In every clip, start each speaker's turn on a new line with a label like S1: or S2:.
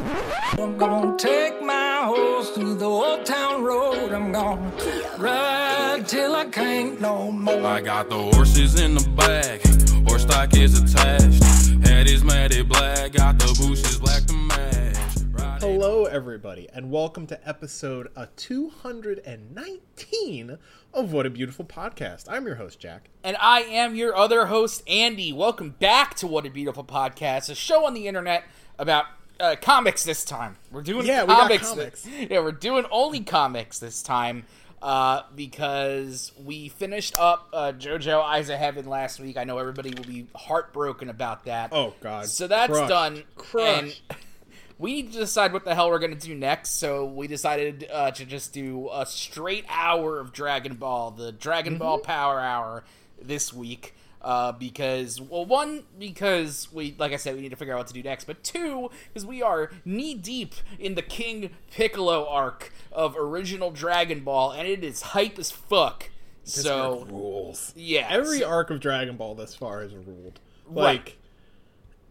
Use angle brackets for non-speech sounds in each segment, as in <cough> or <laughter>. S1: I'm gonna take my horse through the old town road. I'm gonna ride till I can't no more.
S2: I got the horses in the back, horse stock is attached. Head is matted black, got the bushes black to match. Riding-
S3: Hello, everybody, and welcome to episode uh, 219 of What a Beautiful Podcast. I'm your host, Jack.
S4: And I am your other host, Andy. Welcome back to What a Beautiful Podcast, a show on the internet about uh, comics this time. We're doing
S3: Yeah, we got
S4: comics.
S3: comics.
S4: <laughs> Yeah, we're doing only comics this time uh, because we finished up uh, JoJo Eyes of Heaven last week. I know everybody will be heartbroken about that.
S3: Oh, God.
S4: So that's
S3: Crushed.
S4: done.
S3: Crushed.
S4: And we need to decide what the hell we're going to do next. So we decided uh, to just do a straight hour of Dragon Ball, the Dragon
S3: Mm-hmm.
S4: Ball Power Hour this week. Uh, because well, one because we like I said we need to figure out what to do next, but two because we are knee deep in the King Piccolo arc of original Dragon Ball, and it is hype as fuck. so
S3: rules.
S4: yeah,
S3: Every
S4: so-
S3: arc of Dragon Ball thus far has ruled.
S4: Right.
S3: Like,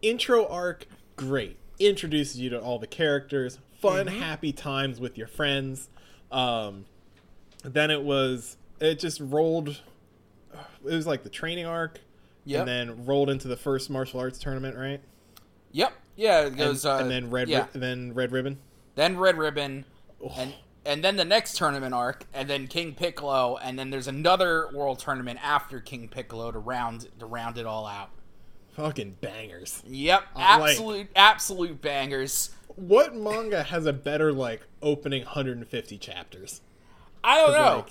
S3: intro arc, great. Introduces you to all the characters, fun,
S4: Mm-hmm.
S3: happy times with your friends. Um, then it was, it just rolled. It was like the training arc,
S4: Yep.
S3: and then rolled into the first martial arts tournament, right?
S4: yep yeah it
S3: And-
S4: goes uh,
S3: and then red,
S4: yeah.
S3: Ri- then red ribbon.
S4: then Red Ribbon, and and then the next tournament arc, and then King Piccolo, and then there's another world tournament after King Piccolo to round to round it all out.
S3: Fucking bangers.
S4: Yep,
S3: I Uh, like-
S4: absolute absolute bangers.
S3: What manga has a better like opening 150 chapters?
S4: I don't know.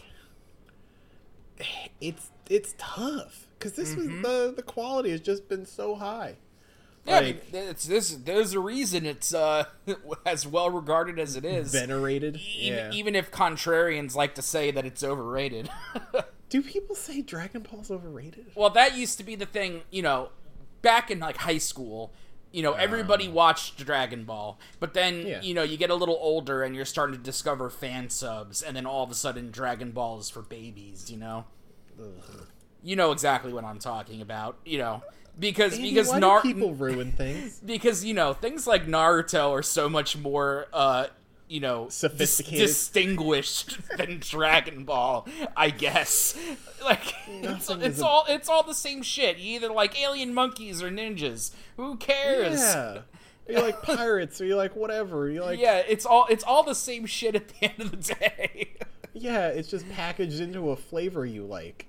S3: Like, it's it's tough because this was the the quality has just been so high.
S4: Mm-hmm. yeah, I mean,
S3: like-
S4: it's this. There's a reason it's uh <laughs> as well regarded as it is.
S3: Venerated.
S4: even,
S3: yeah.
S4: even if contrarians like to say that it's overrated. <laughs>
S3: Do people say Dragon Ball's overrated?
S4: Well, that used to be the thing, you know, back in like high school. You know, everybody watched Dragon Ball, but then
S3: Uh. Yeah.
S4: you know you get a little older and you're starting to discover fan subs, and then all of a sudden Dragon Ball is for babies. You know, you know exactly what I'm talking about. You know, because
S3: Andy,
S4: because
S3: why do
S4: Nar-
S3: people ruin
S4: <laughs>
S3: things.
S4: because you know things like Naruto are so much more uh you know dis-
S3: Sophisticated.
S4: distinguished <laughs> than Dragon Ball, I guess. <laughs> Like it's,
S3: Nothing
S4: it's
S3: is a-
S4: all it's all the same shit. You either like alien monkeys or ninjas. Who cares?
S3: yeah. You like pirates, or you like whatever. You like
S4: Yeah, it's all it's all the same shit at the <laughs> end of the day.
S3: yeah. It's just packaged into a flavor you like.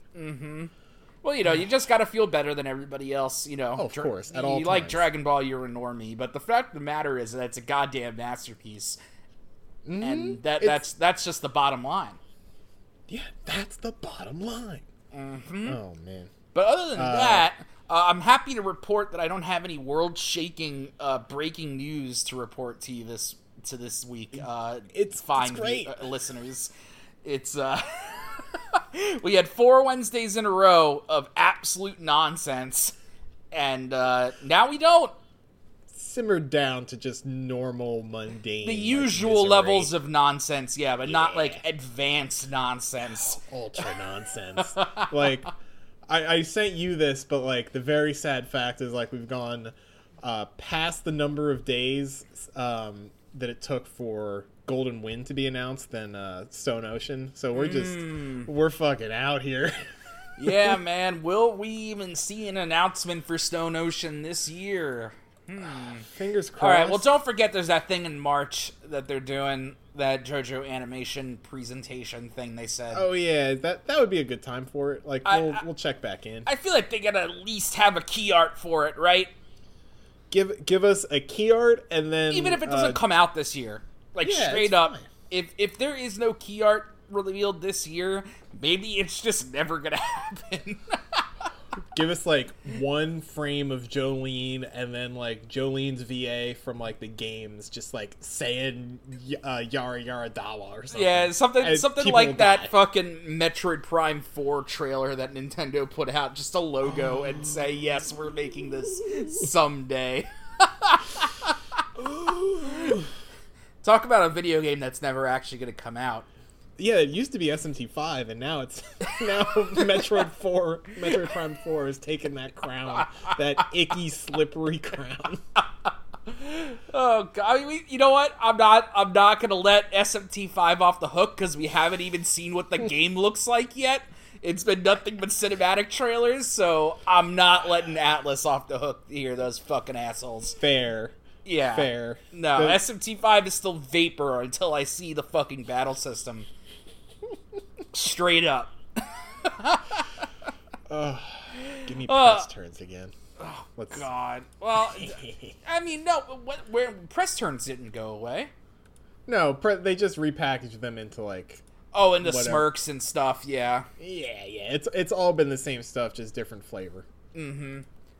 S4: well, you know, you just gotta feel better than everybody else, you know.
S3: Oh, of course, at all
S4: you like
S3: times.
S4: Dragon Ball, you're a normie, but the fact of the matter is that it's a goddamn masterpiece.
S3: Mm-hmm.
S4: And that that's that's just the bottom line.
S3: Yeah, that's the bottom line.
S4: Mm-hmm.
S3: Oh man.
S4: But other than that, uh, I'm happy to report that I don't have any world-shaking, uh, breaking news to report to you this to this week. Uh,
S3: It's-
S4: fine,
S3: it's great.
S4: vi- uh, listeners. It's uh, <laughs> we had four Wednesdays in a row of absolute nonsense, and uh, now we don't.
S3: simmered down to just normal mundane
S4: The usual levels of nonsense, yeah, but not like advanced nonsense. <laughs>
S3: ultra nonsense like I, I sent you this but like the very sad fact is like we've gone uh, past the number of days um, that it took for golden wind to be announced than uh, stone ocean so we're
S4: Mm.
S3: just we're fucking out here <laughs>
S4: yeah, <laughs> man. Will we even see an announcement for Stone Ocean this year?
S3: fingers crossed
S4: All right. Well, don't forget there's that thing in March that they're doing that JoJo animation presentation thing. They said.
S3: oh yeah that that would be a good time for it like
S4: I-
S3: we'll,
S4: I-
S3: we'll check back in
S4: I feel like they gotta at least have a key art for it, right?
S3: give give us a key art and then
S4: Even if it
S3: uh,
S4: doesn't come out this year, like
S3: yeah, it's
S4: straight up,
S3: fine.
S4: if if there is no key art revealed this year, maybe it's just never gonna <laughs> happen.
S3: Give us like one frame of Jolene and then like Jolene's VA from like the games, just like saying y- uh, Yara Yara Dawa or something.
S4: yeah, something
S3: And
S4: something
S3: people will
S4: like that.
S3: die.
S4: Fucking Metroid Prime Four trailer that Nintendo put out, just a logo, and say yes, we're making this <laughs> someday. Talk about a video game that's never actually going to come out.
S3: yeah, it used to be SMT5 and now it's <laughs> now Metroid 4, Metroid Prime 4 has taken that crown, <laughs> that icky, slippery crown.
S4: Oh god! I mean, we, you know what? I'm not. I'm not gonna let SMT five off the hook because we haven't even seen what the <laughs> game looks like yet. It's been nothing but cinematic trailers, so I'm not letting Atlas off the hook here. Those fucking assholes.
S3: Fair.
S4: Yeah.
S3: Fair.
S4: No,
S3: The-
S4: SMT five is still vapor until I see the fucking battle system. Straight up.
S3: Give me
S4: Uh,
S3: press turns again. Let's,
S4: Oh, God. Well, I mean, no. What, where press turns didn't go away.
S3: <laughs> no, pre- they just repackaged them into like
S4: Oh, and the
S3: Whatever.
S4: smirks and stuff. Yeah.
S3: yeah, yeah. It's it's all been the same stuff, just different flavor.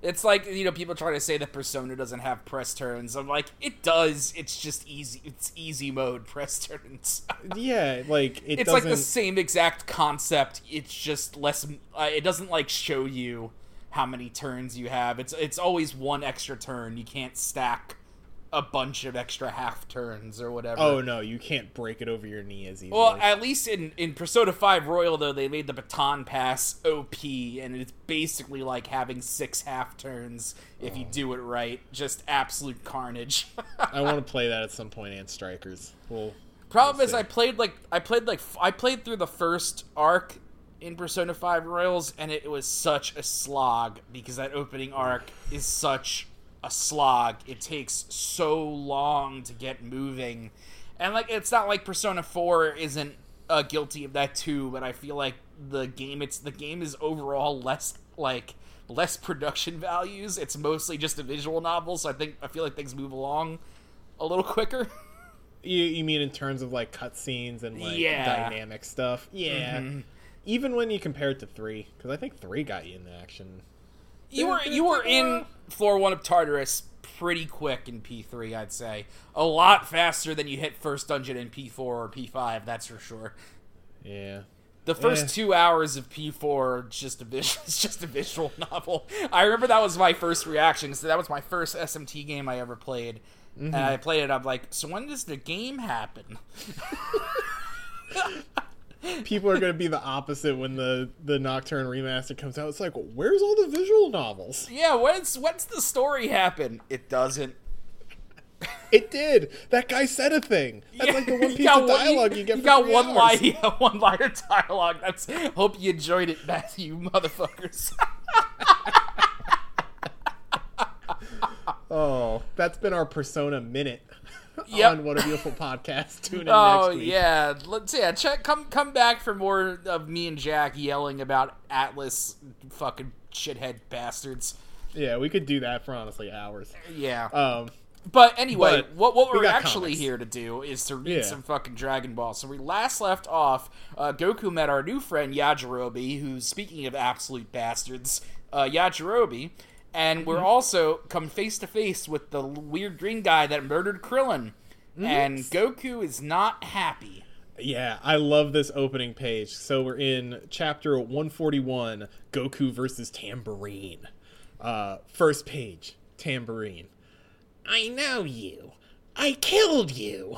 S4: It's like you know people try to say that Persona doesn't have press turns. I'm like, it does. It's just easy. It's easy mode press turns. <laughs>
S3: Yeah, like it
S4: it's like
S3: doesn't.
S4: the same exact concept. It's just less. Uh, it doesn't like show you how many turns you have. It's it's always one extra turn. You can't stack a bunch of extra half turns or whatever.
S3: oh no, you can't break it over your knee as easily.
S4: Well, at least in, in Persona 5 Royal, though, they made the baton pass OP, and it's basically like having six half turns if
S3: Oh.
S4: you do it right. Just absolute carnage. <laughs>
S3: I want to play that at some point. And Strikers. Well,
S4: Problem
S3: Let's
S4: is,
S3: see.
S4: I played like I played like f- I played through the first arc in Persona Five Royals, and it was such a slog because that opening arc is such a slog. It takes so long to get moving, and like it's not like Persona Four isn't uh, guilty of that too, but I feel like the game it's the game is overall less like less production values. It's mostly just a visual novel, so I think I feel like things move along a little quicker. <laughs>
S3: you you mean in terms of like cutscenes and like
S4: Yeah. Mm-hmm.
S3: dynamic stuff? Yeah. Even when you compare it to three, because I think three got you in the action.
S4: you were you were in floor one of Tartarus pretty quick in P three, I'd say. A lot faster than you hit first dungeon in P four or P five, that's for sure.
S3: Yeah.
S4: The first two hours of P four just a vis- <laughs> it's just a visual novel. I remember that was my first reaction. So that was my first SMT game I ever played, and I played it. I'm like, so when does the game happen? <laughs>
S3: People are going to be the opposite when the the Nocturne remaster comes out. It's like, where's all the visual novels?
S4: Yeah, when's when's the story happen? It doesn't.
S3: It did. That guy said a thing. That's
S4: <laughs>
S3: like the
S4: You
S3: one piece
S4: got
S3: of
S4: one-
S3: dialogue you, get.
S4: You
S3: for
S4: got
S3: three
S4: one
S3: hours.
S4: line. <laughs> You got one line of dialogue. That's. Hope you enjoyed it, Matthew, <laughs> motherfuckers.
S3: Oh, that's been our persona minute
S4: <laughs> Yep.
S3: on What a Beautiful Podcast. Tune in
S4: oh
S3: next week.
S4: yeah, let's yeah. Check. Come come back for more of me and Jack yelling about Atlas, fucking shithead bastards.
S3: Yeah, we could do that for honestly hours.
S4: Yeah.
S3: Um,
S4: But anyway,
S3: But
S4: what what
S3: we
S4: we're
S3: got
S4: actually
S3: comics.
S4: here to do is to read
S3: Yeah.
S4: some fucking Dragon Ball. So we last left off. Uh, Goku met our new friend Yajirobe, who's speaking of absolute bastards, uh, Yajirobe, and
S3: Mm-hmm.
S4: we're also come face to face with the l- weird green guy that murdered Krillin, and Goku is not happy.
S3: yeah, I love this opening page. So we're in chapter 141 Goku versus Tambourine. Uh, first page Tambourine. I know you. I killed you.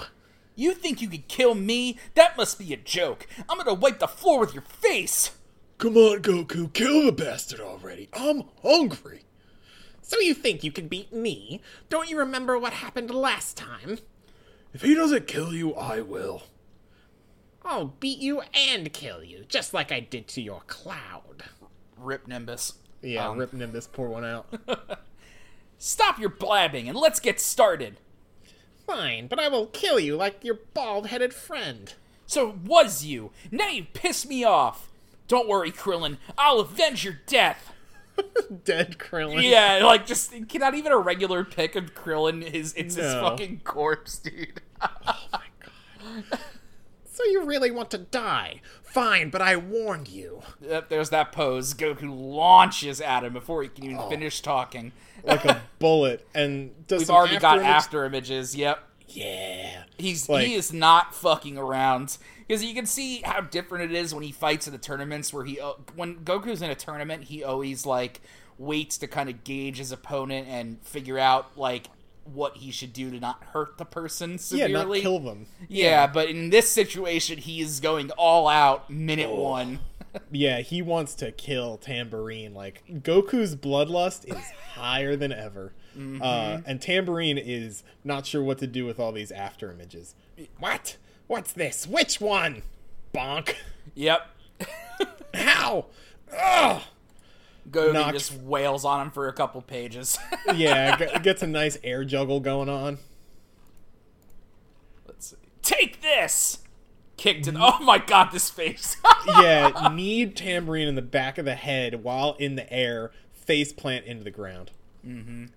S4: You think you could kill me? That must be a joke. I'm gonna wipe the floor with your face.
S3: Come on, Goku, kill the bastard already. I'm hungry. So you think you can beat me? Don't you remember what happened last time? If he doesn't kill you, I will. I'll beat you and kill you, just like I did to your cloud.
S4: Rip Nimbus.
S3: Yeah,
S4: Um.
S3: rip Nimbus, pour one out.
S4: Stop your blabbing and let's get started.
S3: <laughs> Fine, but I will kill you like your bald headed friend.
S4: So it was you. Now you piss me off. Don't worry, Krillin. I'll avenge your death.
S3: Dead Krillin.
S4: Yeah, like just not even a regular pick of Krillin. His it's his
S3: No.
S4: fucking corpse, dude.
S3: So you really want to die? Fine, but I warned you.
S4: Yep, There's that pose. Goku launches at him before he can even finish talking.
S3: Like <laughs> a bullet, and does
S4: We've
S3: some
S4: already got
S3: afterimage-
S4: after images. Yep.
S3: Yeah.
S4: He's
S3: Like-
S4: he is not fucking around because you can see how different it is when he fights in the tournaments. Where he al- when Goku's in a tournament, he always like waits to kind of gauge his opponent and figure out like what he should do to not hurt the person
S3: Yeah,
S4: severely.
S3: not kill them.
S4: Yeah, but in this situation, he is going all out minute one.
S3: yeah, he wants to kill Tambourine. Like Goku's bloodlust is higher than ever,
S4: Mm-hmm.
S3: uh, and Tambourine is not sure what to do with all these after images. What? What's this? Which one? Bonk!
S4: Yep.
S3: How? Ugh!
S4: Goku
S3: Knock-
S4: just wails on him for a couple pages. <laughs>
S3: Yeah, g- gets a nice air juggle going on.
S4: Let's see. Take this! Kicked it. Oh my god, this face. <laughs>
S3: Yeah, need Tambourine in the back of the head while in the air, face plant into the ground.
S4: and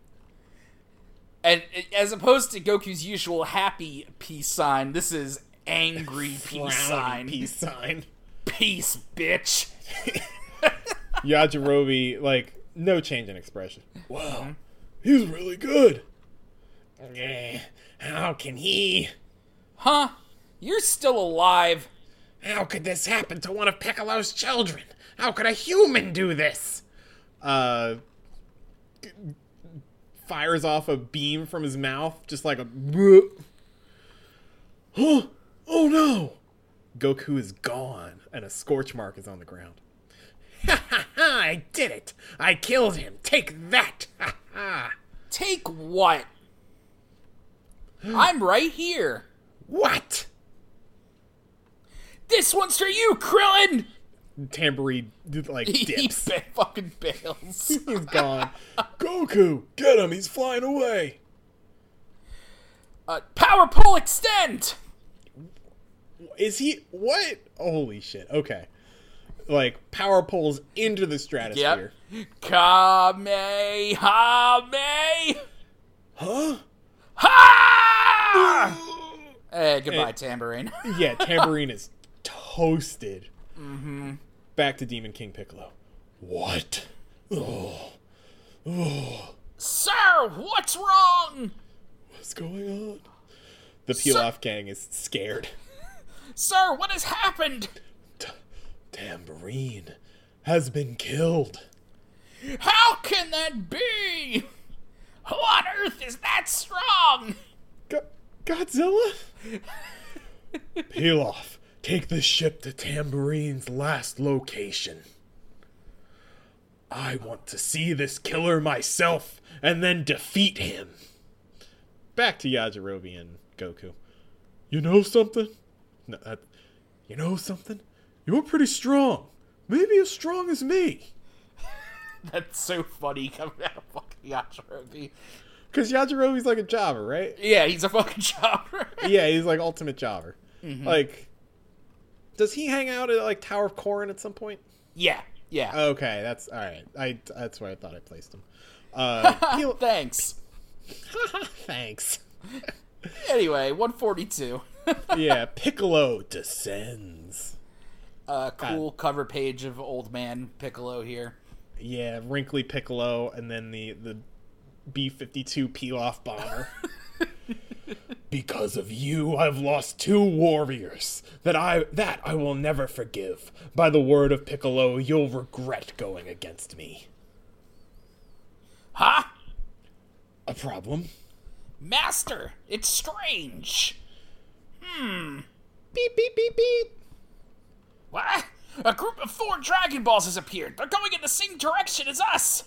S4: as opposed to Goku's usual happy peace sign, this is
S3: <laughs>
S4: angry peace
S3: Frowny
S4: sign.
S3: Peace sign.
S4: Peace, bitch.
S3: Yajirobe, like, no change in expression. Wow. He's really good. Eh, How can he?
S4: Huh? You're still alive.
S3: How could this happen to one of Piccolo's children? How could a human do this? Uh, g- fires off a beam from his mouth, just like a. Huh? Oh no! Goku is gone, and a scorch mark is on the ground. Ha ha ha! I did it! I killed him! Take that! Ha ha!
S4: Take what? I'm right here.
S3: What?
S4: This one's for you, Krillin! <laughs>
S3: Tambourine, <laughs> like,
S4: He
S3: dips.
S4: ba- <laughs> fucking bails.
S3: He's gone. Goku, get him! He's flying away!
S4: <laughs> Uh, power pole extend!
S3: Is he what? Holy shit. Okay. Like power poles into the stratosphere.
S4: Kamehame!
S3: <laughs> Huh?
S4: Ha! Hey, Eh, goodbye, tambourine. <laughs>
S3: Yeah, tambourine is toasted. Mm-hmm. Back to Demon King Piccolo. What? Oh,
S4: Sir, what's wrong?
S3: what's going on? The peel off gang is scared.
S4: Sir, what has happened?
S3: Tambourine has been killed.
S4: How can that be? Who on earth is that strong?
S3: Go- Godzilla? peel off. Take the ship to Tambourine's last location. I want to see this killer myself and then defeat him. Back to Yajirobe and Goku. You know something? No, that, you know something? You're pretty strong. Maybe as strong as me.
S4: That's so funny <laughs> coming out of fucking Yajirobe.
S3: Because Yajirobe's like a jobber, right?
S4: Yeah, he's a fucking chopper. <laughs>
S3: yeah, he's like ultimate jobber. Like, does he hang out at like Tower of Corin at some point?
S4: yeah, yeah.
S3: Okay, that's all right. I that's where I thought I placed him. <laughs> Uh, peel-
S4: Thanks.
S3: thanks.
S4: Anyway, 142.
S3: <laughs> Yeah, Piccolo descends.
S4: uh, cool cover page of old man Piccolo here.
S3: Yeah, wrinkly Piccolo, and then the the B fifty two peel off <laughs> bomber. because of you, I've lost two warriors that I that I will never forgive. By the word of Piccolo, you'll regret going against me.
S4: Huh?
S3: A problem?
S4: Master, it's strange.
S3: Beep beep beep beep.
S4: What? A group of four Dragon Balls has appeared. They're going in the same direction as us.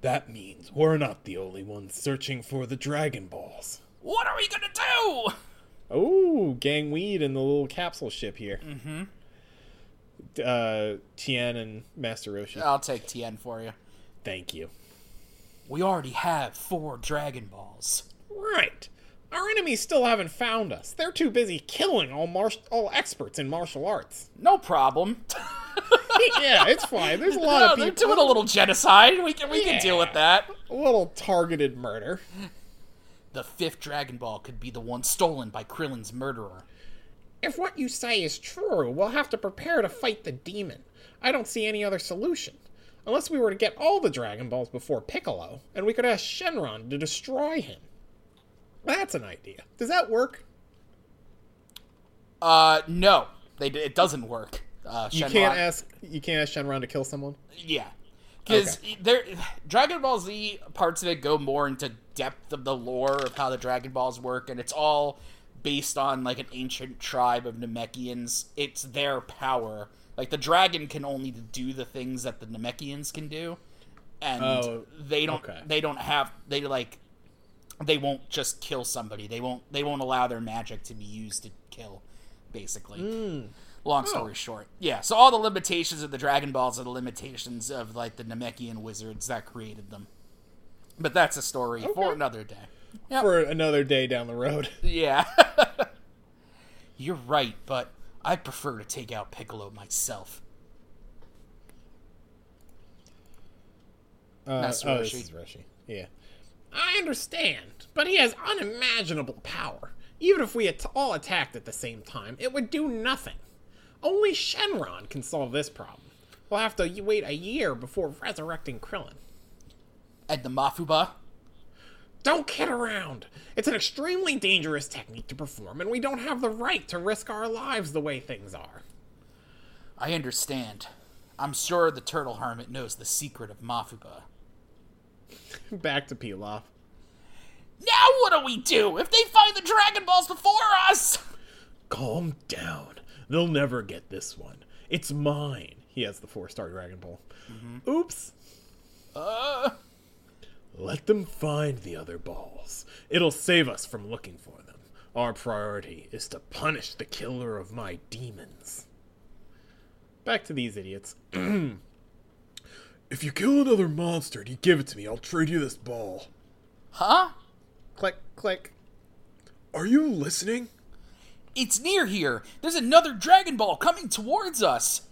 S3: That means we're not the only ones searching for the Dragon Balls.
S4: What are we gonna do?
S3: Oh, gang weed in the little capsule ship here. Mm-hmm. Uh, Tien and Master Roshi.
S4: I'll take TN for you.
S3: Thank you.
S4: We already have four Dragon Balls.
S3: Right. Our enemies still haven't found us. They're too busy killing all mar- all experts in martial arts. <laughs>
S4: No problem. <laughs>
S3: yeah, it's fine. There's a lot
S4: No,
S3: of
S4: they're
S3: people.
S4: doing a little genocide. We can we can deal
S3: Yeah.
S4: with that.
S3: a little targeted murder.
S4: The fifth Dragon Ball could be the one stolen by Krillin's murderer.
S3: If what you say is true, we'll have to prepare to fight the demon. I don't see any other solution. Unless we were to get all the Dragon Balls before Piccolo, and we could ask Shenron to destroy him. That's an idea. Does that work?
S4: Uh, no, they d- it doesn't work. Uh,
S3: You
S4: Shenron-
S3: can't ask you can't ask Shenron to kill someone?
S4: Yeah, because there, Dragon Ball Z parts of it go more into depth of the lore of how the Dragon Balls work, and it's all based on like an ancient tribe of Namekians. It's their power Like the dragon can only do the things that the Namekians can do, and
S3: Oh,
S4: they don't.
S3: okay.
S4: They don't have. They like. They won't just kill somebody. They won't. They won't allow their magic to be used to kill. Basically,
S3: Hmm.
S4: long story short, yeah. So all the limitations of the Dragon Balls are the limitations of like the Namekian wizards that created them. But that's a story for another day. Yep.
S3: for another day down the road. <laughs>
S4: Yeah. <laughs> You're right, but I prefer to take out Piccolo myself.
S3: Uh,
S4: That's
S3: oh, this
S4: Roshi.
S3: is Roshi. Yeah. I understand, but he has unimaginable power. Even if we at- all attacked at the same time, it would do nothing. Only Shenron can solve this problem. We'll have to y- wait a year before resurrecting Krillin.
S4: And the Mafuba?
S3: Don't kid around! It's an extremely dangerous technique to perform, and we don't have the right to risk our lives the way things are. <laughs>
S4: I understand. I'm sure the turtle hermit knows the secret of Mafuba.
S3: Back to Pilaf.
S4: Now what do we do if they find the Dragon Balls before us?
S3: Calm down. They'll never get this one. It's mine. He has the four star Dragon Ball. Oops. Uh. Let them find the other balls. It'll save us from looking for them. Our priority is to punish the killer of my demons. Back to these idiots. <clears throat> if you kill another monster and you give it to me, I'll trade you this ball.
S4: Huh?
S3: Click, click. Are you listening?
S4: It's near here. There's another Dragon Ball coming towards us.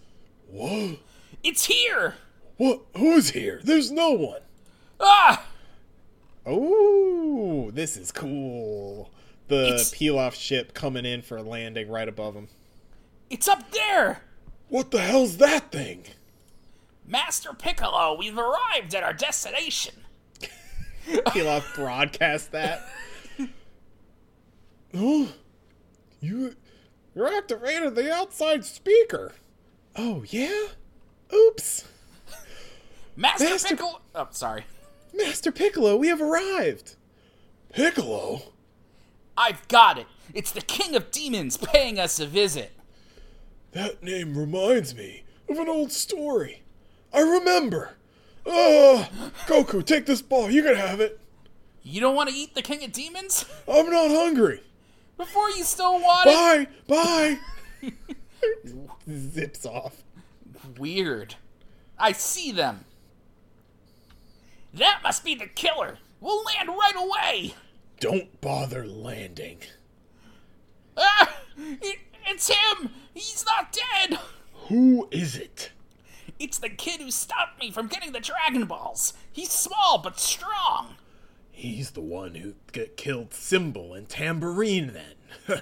S3: Whoa.
S4: It's here.
S3: What? Who's here? There's no one.
S4: Ah!
S3: Oh, this is cool. The
S4: It's-
S3: Pilaf ship coming in for a landing right above him.
S4: It's up there.
S3: What the hell's that thing?
S4: Master Piccolo, we've arrived at our destination.
S3: Pilaf broadcast that. <gasps> oh, you, you activated the outside speaker. Oh yeah. Oops,
S4: Master,
S3: Master-
S4: Piccolo. Oh, sorry.
S3: Master Piccolo, we have arrived. Piccolo.
S4: I've got it. It's the King of Demons paying us a visit.
S3: That name reminds me of an old story. I remember. Ah, Goku, take this ball. You can have it.
S4: You don't want to eat the King of Demons?
S3: I'm not hungry.
S4: Before you still want it?
S3: Bye, bye. <laughs> Zips off.
S4: Weird. I see them. That must be the killer. We'll land right away.
S3: Don't bother landing.
S4: Ah, it, it's him. He's not dead.
S3: Who is it?
S4: It's the kid who stopped me from getting the Dragon Balls. He's small but strong.
S3: He's the one who g- killed Cymbal and Tambourine then.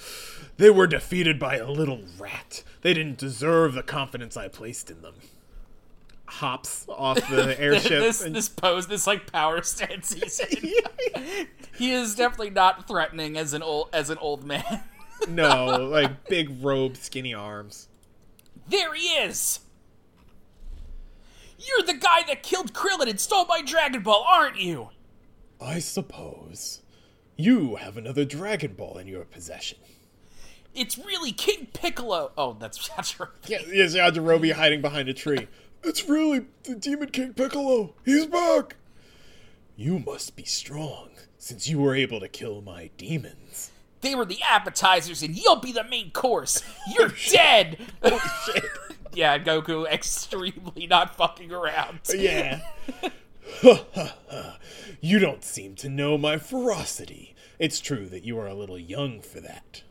S3: <laughs> they were defeated by a little rat. They didn't deserve the confidence I placed in them. Hops off the <laughs> airship.
S4: <laughs> this
S3: and-
S4: this pose, this like power <laughs> stance he's
S3: <laughs>
S4: in. he is definitely not threatening as an old as an old man. <laughs>
S3: No, like big robe, skinny arms.
S4: There he is! You're the guy that killed Krillin and stole my Dragon Ball, aren't you?
S3: I suppose you have another Dragon Ball in your possession.
S4: It's really King Piccolo. Oh, that's <laughs> that's right.
S3: Yeah, yes, Yajirobe hiding behind a tree. It's really the Demon King Piccolo. He's back. You must be strong, since you were able to kill my demons.
S4: They were the appetizers, and you'll be the main course.
S3: <laughs>
S4: You're dead. <laughs> yeah, Goku, <laughs> extremely not fucking around.
S3: Yeah. <laughs> you don't seem to know my ferocity. It's true that you are a little young for that.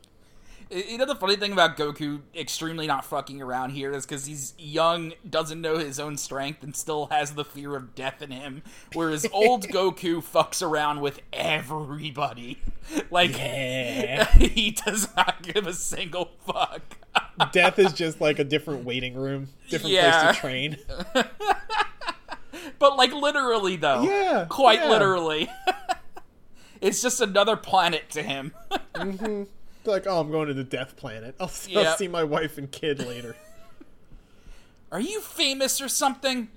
S4: You know the funny thing about Goku extremely not fucking around here is because he's young, doesn't know his own strength, and still has the fear of death in him.
S3: <laughs>
S4: Whereas old Goku fucks around with everybody. <laughs> Like
S3: Yeah.
S4: <laughs> he does not give a single fuck. <laughs>
S3: Death is just like a different waiting room, different
S4: Yeah.
S3: place to train.
S4: But like literally though.
S3: Yeah,
S4: Quite
S3: yeah.
S4: literally. <laughs> it's just another planet to him. <laughs>
S3: like, oh, I'm going to the Death Planet. I'll, I'll
S4: Yep.
S3: see my wife and kid later.
S4: Are you famous or something?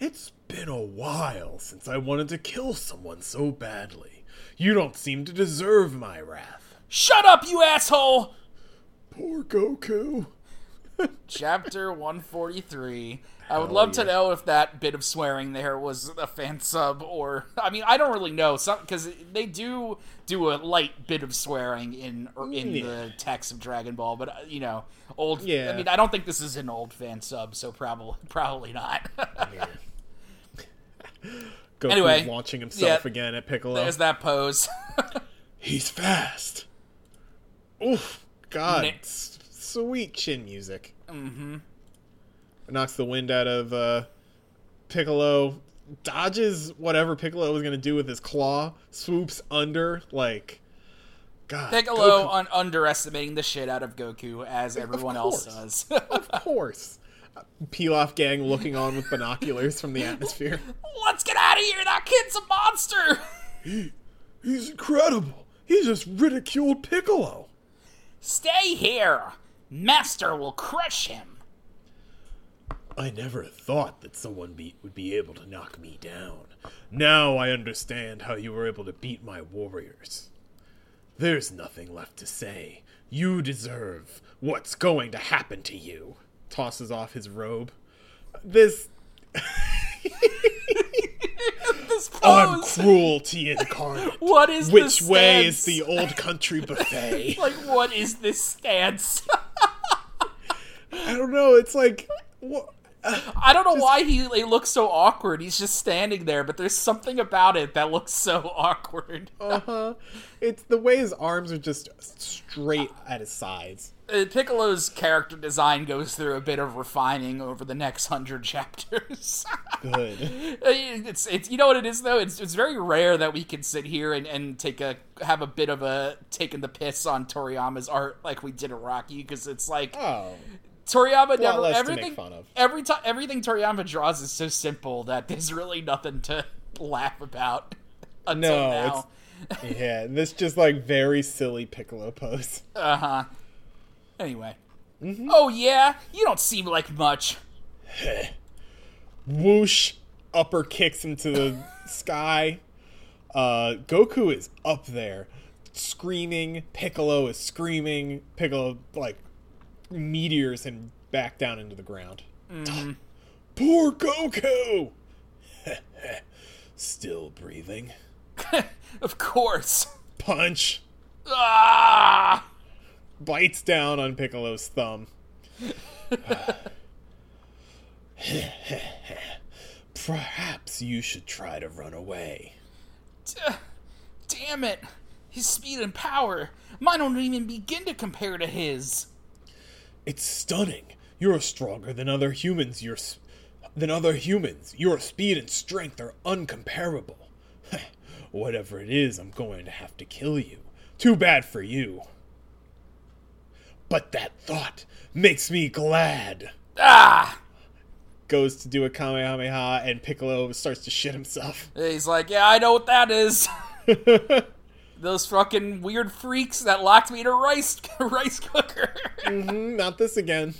S3: It's been a while since I wanted to kill someone so badly. You don't seem to deserve my wrath.
S4: Shut up, you asshole!
S3: Poor Goku.
S4: chapter 143. I would love to know if that bit of swearing there was a fan sub or I mean I don't really know some because they do do a light bit of swearing in or in
S3: Yeah.
S4: the text of Dragon Ball, but uh, you know old.
S3: Yeah.
S4: I mean I don't think this is an old fan sub, so probably <laughs> probably not.
S3: Goku
S4: Anyway,
S3: launching himself
S4: yeah,
S3: again at Piccolo.
S4: There's that pose. <laughs>
S3: He's fast. Oof, God,
S4: Nick.
S3: s- sweet chin music. Mm-hmm. Knocks the wind out of uh, Piccolo. Dodges whatever Piccolo was gonna do with his claw. Swoops under like. God,
S4: Piccolo
S3: Goku,
S4: on underestimating the shit out of Goku as everyone else
S3: course.
S4: does. <laughs>
S3: of course. Pilaf gang looking on with binoculars from the atmosphere.
S4: Let's get out of here. That kid's a monster. <laughs>
S3: He's incredible. He just ridiculed Piccolo.
S4: Stay here. Master will crush him.
S3: I never thought that someone be- would be able to knock me down. Now I understand how you were able to beat my warriors. There's nothing left to say. You deserve what's going to happen to you. Tosses off his robe. This
S4: This
S3: Oh, I'm
S4: pose.
S3: cruelty <laughs> incarnate.
S4: what is
S3: Which
S4: this
S3: way is
S4: stance?
S3: the old country buffet?
S4: like? What is this stance? <laughs>
S3: I don't know. It's like what.
S4: I don't know why he, he looks so awkward. He's just standing there, but there's something about it that looks so <laughs> awkward.
S3: Uh huh. It's the way his arms are just straight at his sides.
S4: Uh, Piccolo's character design goes through a bit of refining over the next hundred <laughs> chapters. <laughs>
S3: Good.
S4: Uh, it's it's you know what it is though it's it's very rare that we can sit here and, and take a have a bit of a taking the piss on Toriyama's art like we did at Rocky because it's like
S3: Oh.
S4: Toriyama never
S3: less to make
S4: everything
S3: fun of.
S4: every time everything Toriyama draws is so simple that there's really nothing to <laughs> laugh about <laughs> until
S3: No,
S4: now.
S3: Yeah, this just like very silly Piccolo pose.
S4: Uh huh. Anyway,
S3: Mm-hmm.
S4: oh yeah, you don't seem like much.
S3: Whoosh, upper kicks into the sky. Uh, Goku is up there, screaming. Piccolo is screaming. Piccolo like meteors him back down into the ground. Poor Goku. <laughs> Still breathing.
S4: Of course.
S3: Punch
S4: Ah.
S3: bites down on Piccolo's thumb. <sighs> Perhaps you should try to run away.
S4: D- <sighs> Damn it! His speed and power! Mine don't even begin to compare to his!
S3: It's stunning. You're stronger than other humans. Your s- than other humans. Your speed and strength are uncomparable. <laughs> Whatever it is, I'm going to have to kill you. Too bad for you. But that thought makes me glad.
S4: Ah!
S3: Goes to do a Kamehameha, and Piccolo starts to shit himself. <laughs>
S4: He's like, yeah, I know what that is! Those fucking weird freaks that locked me in a rice, <laughs> rice cooker!
S3: Mm, Not this again.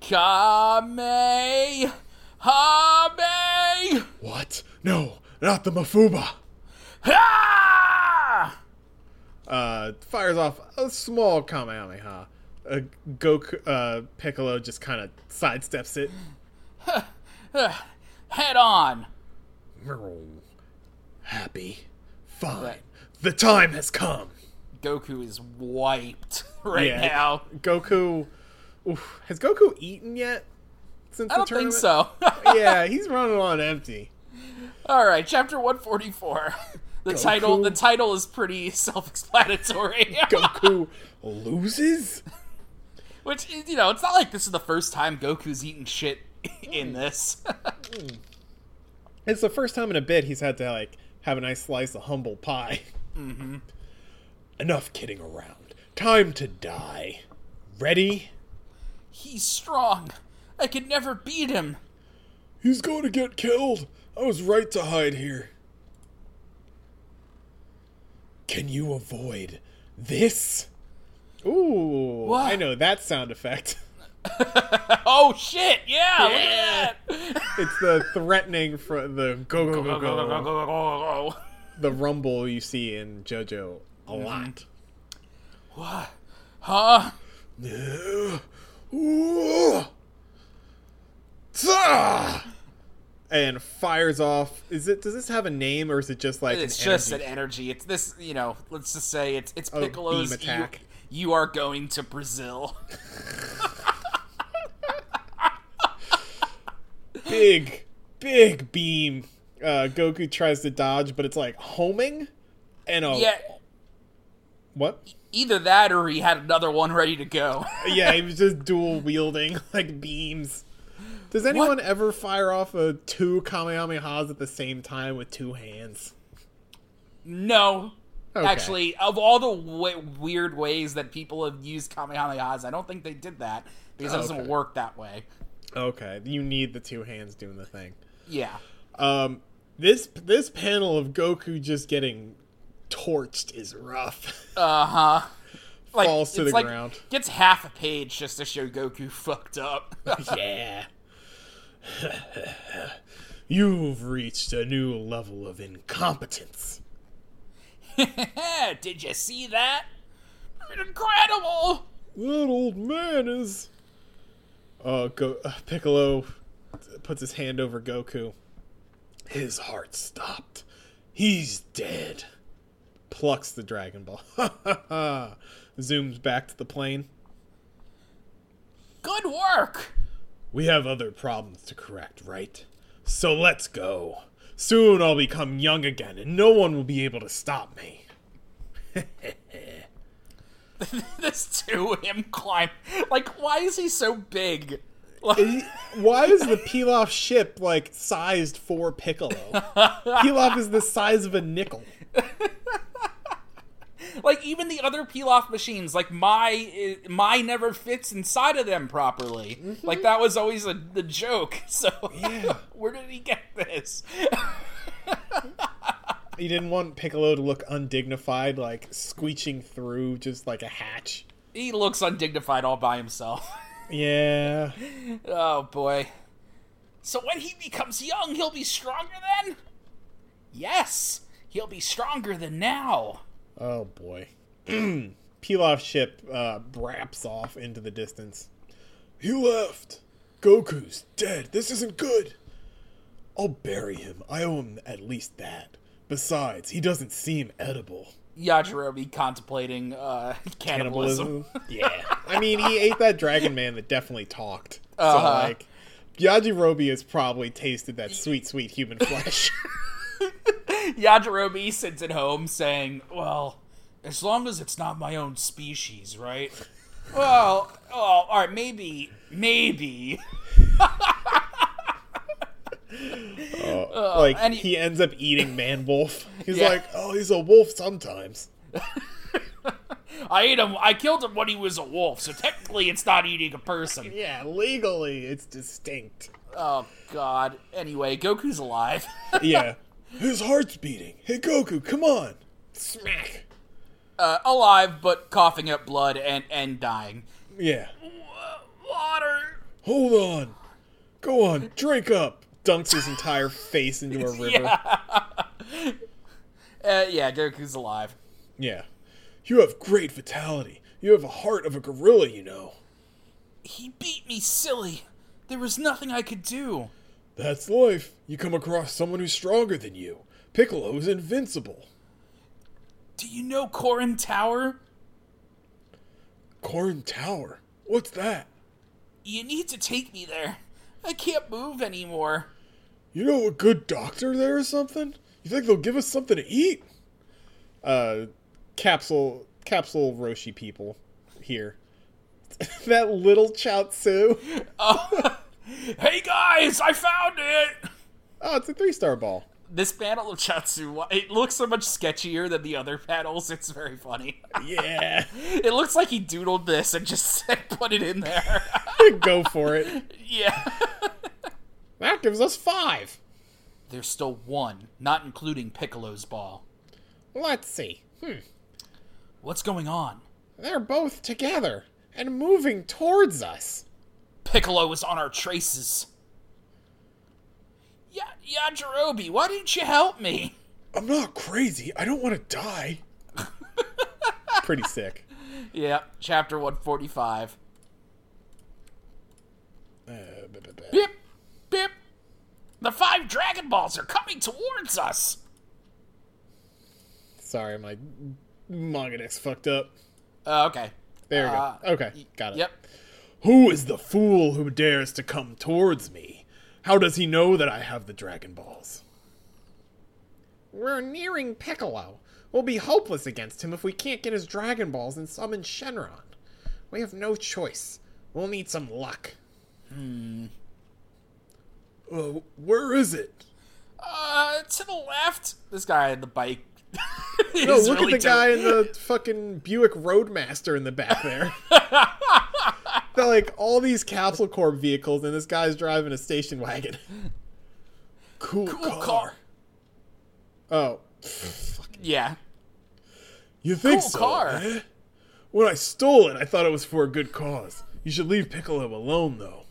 S4: Kame! Hame!
S3: What? No, not the Mafuba.
S4: Ah!
S3: Uh, fires off a small Kamehameha. Uh, Goku, uh, Piccolo just kind of sidesteps it.
S4: Ugh. <sighs> Head on!
S3: Happy. Fine. The time has come.
S4: Goku is wiped <laughs> right
S3: Yeah.
S4: now.
S3: Goku. Oof, has Goku eaten yet? Since
S4: I
S3: the
S4: don't think
S3: tournament?
S4: so. <laughs>
S3: yeah, he's running on empty.
S4: All right, chapter 144. <laughs> The title the title is pretty <laughs> self-explanatory.
S3: Goku loses?
S4: <laughs> Which is, you know, it's not like this is the first time Goku's eaten shit <laughs> in this. <laughs>
S3: It's the first time in a bit he's had to like have a nice slice of humble pie. Mm-hmm. Enough kidding around. Time to die. Ready?
S4: He's strong. I could never beat him.
S3: He's going to get killed. I was right to hide here. Can you avoid this? Ooh, I
S4: What?
S3: know that sound effect. <laughs>
S4: Oh shit. Yeah. Look at that.
S3: It's the threatening for the go go go
S4: Go, go, go,
S3: go,
S4: go, go, go.
S3: the rumble you see in JoJo a lot.
S4: What? Huh?
S3: Yeah. "Ooh, tsa!" and fires off. Is it? Does this have a name, or is it just like
S4: It's
S3: an
S4: just
S3: energy?
S4: an energy. It's this, you know. Let's just say it's it's
S3: beam
S4: Piccolo's. you-
S3: attack.
S4: You, are going to Brazil.
S3: big, big beam? Uh, Goku tries to dodge, but it's like homing, and a
S4: Yeah,
S3: what?
S4: either that or he had another one ready to go. <laughs>
S3: yeah, he was just dual wielding <laughs> like beams. Does anyone ever fire off a two kamehamehas at the same time with two hands?
S4: no,
S3: Okay.
S4: actually, of all the wa weird ways that people have used kamehamehas, I don't think they did that because it doesn't
S3: Okay.
S4: work that way.
S3: Okay, you need the two hands doing the thing.
S4: Yeah,
S3: Um, this this panel of Goku just getting torched is rough. <laughs>
S4: uh huh. Like,
S3: Falls to
S4: it's
S3: the
S4: like-
S3: ground.
S4: Gets half a page just to show Goku fucked up. <laughs>
S3: yeah. <laughs> You've reached a new level of incompetence.
S4: Did you see that? Incredible!
S3: That old man is. Oh, Go- uh, Piccolo puts his hand over Goku. His heart stopped. He's dead. Plucks the Dragon Ball. <laughs> Zooms back to the plane.
S4: Good work! <laughs>
S3: We have other problems to correct, right? So let's go. Soon I'll become young again, and no one will be able to stop me.
S4: This to him climb. Like, why is he so big? Like,
S3: Why is the Pilaf ship like sized for Piccolo? Pilaf is the size of a nickel.
S4: like, even the other peel-off machines, like my uh, my never fits inside of them properly. Like that was always a, the joke. <laughs> So where did he get this?
S3: He didn't want Piccolo to look undignified, like screeching through just like a hatch.
S4: he looks undignified all by himself. <laughs>
S3: Yeah.
S4: Oh boy. So when he becomes young, he'll be stronger then? Yes, he'll be stronger than now.
S3: Oh boy. <clears throat> Pilaf ship uh, braps off into the distance. He left. Goku's dead. This isn't good. I'll bury him. I owe him at least that. Besides, he doesn't seem edible.
S4: Yajirobe contemplating uh, <laughs> cannibalism. <laughs>
S3: yeah. I mean, he ate that dragon man that definitely talked. So
S4: Uh-huh.
S3: like, Yajirobe has probably tasted that sweet, sweet human
S4: <laughs>
S3: flesh.
S4: Yajirobe sits at home saying, Well, as long as it's not my own species, right? well, oh, all right, maybe, maybe.
S3: like
S4: Uh, and
S3: he,
S4: he-
S3: ends up eating man wolf. He's
S4: Yeah.
S3: like, oh, he's a wolf sometimes.
S4: I ate him, I killed him when he was a wolf, so technically it's not eating a person.
S3: Yeah, legally, it's distinct.
S4: Oh, God. Anyway, Goku's alive.
S3: <laughs>
S4: <laughs>
S3: Yeah. His heart's beating. Hey, Goku, come on. Smack.
S4: uh, alive but coughing up blood and and dying.
S3: Yeah.
S4: Water.
S3: Hold on. Go on. Drink up. Dunks his entire face <laughs> into a river. Yeah.
S4: Uh, yeah, Goku's alive.
S3: You have great vitality. You have a heart of a gorilla, you know.
S4: He beat me silly. There was nothing I could do.
S3: That's life. You come across someone who's stronger than you. Piccolo is invincible.
S4: Do you know Corin Tower?
S3: Corn Tower. What's that?
S4: You need to take me there. I can't move anymore.
S3: You know a good doctor there or something? You think they'll give us something to eat? Uh, capsule, capsule Roshi people here. <laughs> that little Chaozu.
S4: Hey guys, I found it.
S3: Oh, it's a three star ball.
S4: This panel of Chatsu, it looks so much sketchier than the other panels. It's very funny. <laughs>
S3: Yeah, <laughs>
S4: It looks like he doodled this and just <laughs> said, put it in there. <laughs>
S3: go for it.
S4: yeah.
S3: That gives us five.
S4: There's still one, not including Piccolo's ball.
S3: Let's see. Hmm.
S4: What's going on?
S3: They're both together and moving towards us.
S4: Piccolo is on our traces. Ya- Yajirobe, why didn't you help me? <laughs>
S3: I'm not crazy. I don't want to die. <laughs> Pretty sick.
S4: Yeah, chapter 145.
S3: Uh,
S4: Bip, bip. The five Dragon Balls are coming towards us.
S3: Sorry, my Mongadix fucked up.
S4: Uh, okay.
S3: There we
S4: Uh,
S3: go. Okay, got it.
S4: Yep.
S3: Who is the fool who dares to come towards me? How does he know that I have the Dragon Balls? We're nearing Piccolo. We'll be hopeless against him if we can't get his Dragon Balls and summon Shenron. We have no choice. We'll need some luck. Hmm. Uh, where is it?
S4: Uh, to the left. This guy on the bike. <laughs>
S3: No, look at the guy in the fucking Buick Roadmaster in the back there.
S4: <laughs>
S3: They're like all these Capsule Corp vehicles, and this guy's driving a station wagon. Cool,
S4: Cool car.
S3: Oh,
S4: Yeah.
S3: you think
S4: Cool
S3: so?
S4: car.
S3: eh? When I stole it, I thought it was for a good cause. You should leave Piccolo alone, though.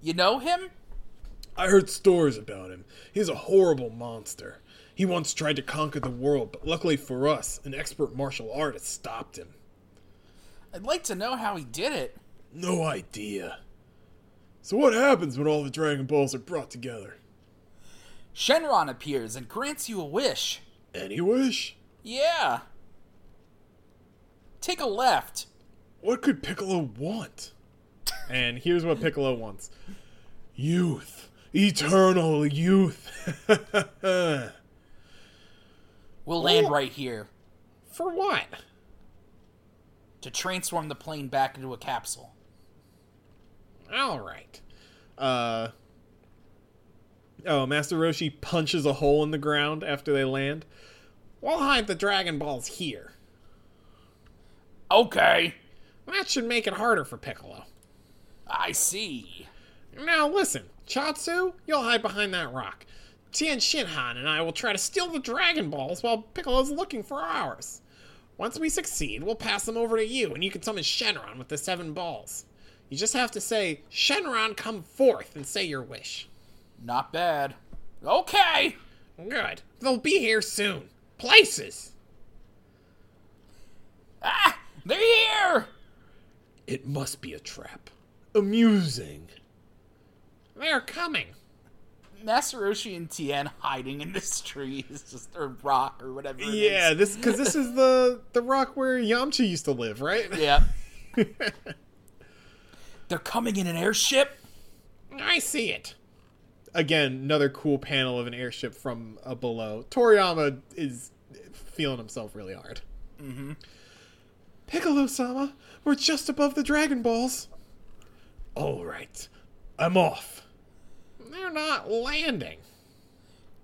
S4: You know him?
S3: I heard stories about him. He's a horrible monster. He once tried to conquer the world, but luckily for us, an expert martial artist stopped him.
S4: I'd like to know how he did it.
S3: No idea. So what happens when all the Dragon Balls are brought together?
S4: Shenron appears and grants you a wish.
S3: Any wish?
S4: Yeah. Take a left.
S3: What could Piccolo want? And here's what Piccolo wants. Youth. Eternal youth. <laughs> for
S4: We'll land right here
S3: what?
S4: to transform the plane back into a capsule.
S3: All right. Uh Oh, Master Roshi punches a hole in the ground after they land. We'll hide the Dragon Balls here.
S4: Okay.
S3: That should make it harder for Piccolo.
S4: I see.
S3: Now listen, Chatsu, you'll hide behind that rock. Tien Shinhan and I will try to steal the Dragon Balls while Piccolo's looking for ours. Once we succeed, we'll pass them over to you, and you can summon Shenron with the seven balls. You just have to say, Shenron, come forth, and say your wish.
S4: Not bad. Okay.
S3: Good. They'll be here soon. Places!
S4: Ah, they're here.
S3: It must be a trap. Amusing. They're coming.
S4: Masaroshi and Tien hiding in this tree is <laughs> just a rock or whatever. it
S3: Yeah,
S4: is.
S3: this because this is the the rock where Yamcha used to live, right? <laughs>
S4: Yeah. they're coming in an airship.
S3: I see it. Again, another cool panel of an airship from uh, below. Toriyama is feeling himself really hard. Mm-hmm. Piccolo sama, we're just above the Dragon Balls. All right, I'm off. They're not landing.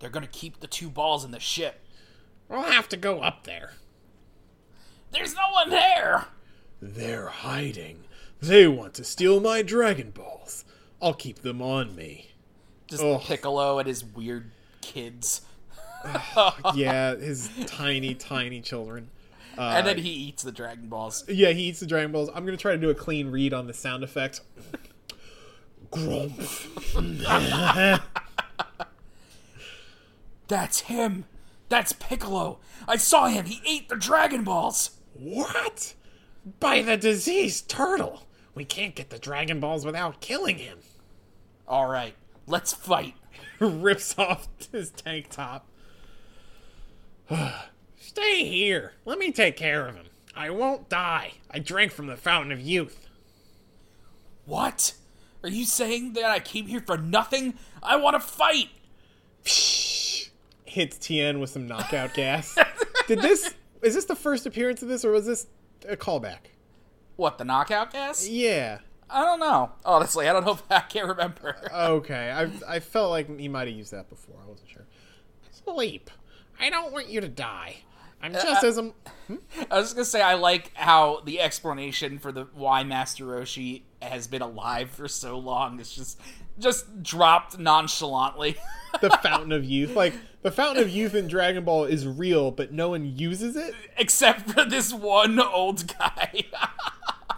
S4: They're gonna keep the two balls in the ship.
S3: We'll have to go up there.
S4: There's no one there.
S3: They're hiding. They want to steal my Dragon Balls. I'll keep them on <laughs> me.
S4: Just
S3: Ugh.
S4: Piccolo and his weird kids.
S3: yeah, his tiny, tiny children.
S4: and
S3: Uh,
S4: then he eats the Dragon Balls.
S3: Yeah, he eats the Dragon Balls. I'm gonna try to do a clean read on the sound effect. Grump.
S4: That's him. That's Piccolo. I saw him. He ate the Dragon Balls.
S3: What? By the diseased turtle. We can't get the Dragon Balls without killing him. <laughs>
S4: All right, let's fight.
S3: Rips off his tank top. <sighs> Stay here. Let me take care of him. I won't die. I drank from the fountain of youth.
S4: What? Are you saying that I came here for nothing? I want to fight.
S3: Hits Tien with some knockout gas. Did this is this the first appearance of this or was this a callback?
S4: What the knockout gas?
S3: Yeah.
S4: I don't know. Honestly, I don't know if <laughs> I can't remember.
S3: Okay, I I felt like he might have used that before. I wasn't sure. Sleep. I don't want you to die. I'm just as a.
S4: I was just gonna say I like how the explanation for the why Master Roshi has been alive for so long is just just dropped nonchalantly. <laughs>
S3: the fountain of youth. Like the fountain of youth in Dragon Ball is real, but no one uses it.
S4: except for this one old guy. <laughs>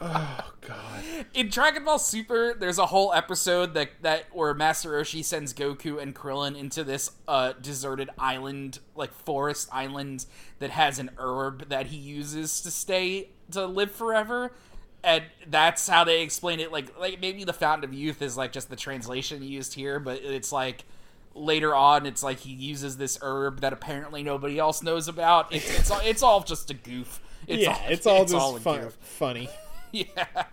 S3: Oh God.
S4: In Dragon Ball Super, there's a whole episode that that where Master Roshi sends Goku and Krillin into this uh, deserted island, like forest island, that has an herb that he uses to stay to live forever. and that's how they explain it. Like, like maybe the fountain of youth is like just the translation used here, but it's like later on, it's like he uses this herb that apparently nobody else knows about. It's it's all, it's all just a goof. It's
S3: yeah, it's all just
S4: a
S3: fun-
S4: goof.
S3: <laughs> funny.
S4: Yeah,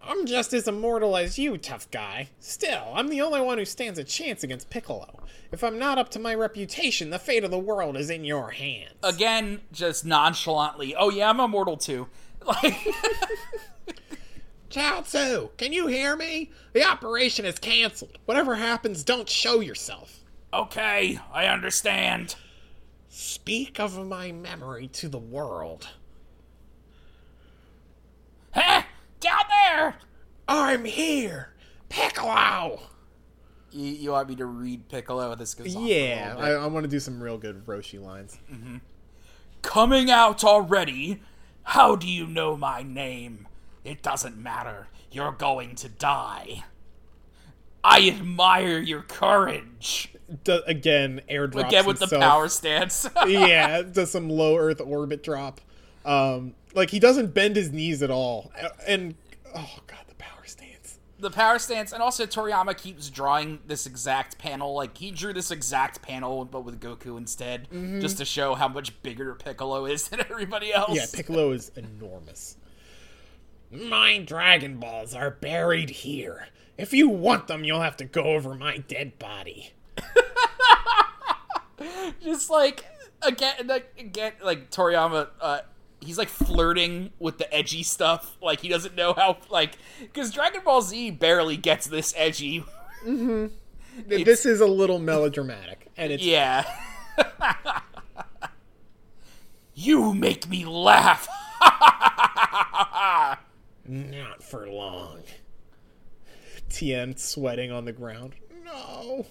S3: I'm just as immortal as you, tough guy. Still, I'm the only one who stands a chance against Piccolo. If I'm not up to my reputation, the fate of the world is in your hands.
S4: again, just nonchalantly. Oh yeah, I'm immortal too. Like, <laughs>
S3: Chaozu, can you hear me? The operation is canceled. Whatever happens, don't show yourself.
S4: okay, I understand.
S3: Speak of my memory to the world.
S4: Huh? Down there.
S3: I'm here, Piccolo.
S4: You, you want me to read Piccolo? This goes on for a
S3: Yeah,
S4: little bit.
S3: I, I want to do some real good Roshi lines.
S4: coming out already? How do you know my name? It doesn't matter. You're going to die. I admire your courage.
S3: Do, again, airdrops.
S4: Again with the
S3: himself.
S4: power stance.
S3: <laughs>
S4: <laughs>
S3: yeah, does some low Earth orbit drop. Um, like he doesn't bend his knees at all, Uh, and oh god, the power stance.
S4: the power stance, and also Toriyama keeps drawing this exact panel. Like he drew this exact panel, but with Goku instead, just to show how much bigger Piccolo is <laughs> than everybody else.
S3: Yeah, Piccolo is enormous. My Dragon Balls are buried here. If you want them, you'll have to go over my dead body.
S4: just like again, like again, like Toriyama, uh, he's like flirting with the edgy stuff. Like he doesn't know how, like, because Dragon Ball Z barely gets this edgy. <laughs>
S3: this is a little melodramatic, and it's
S4: Yeah. <laughs> you make me laugh. <laughs>
S3: not for long. Tien sweating on the ground. No.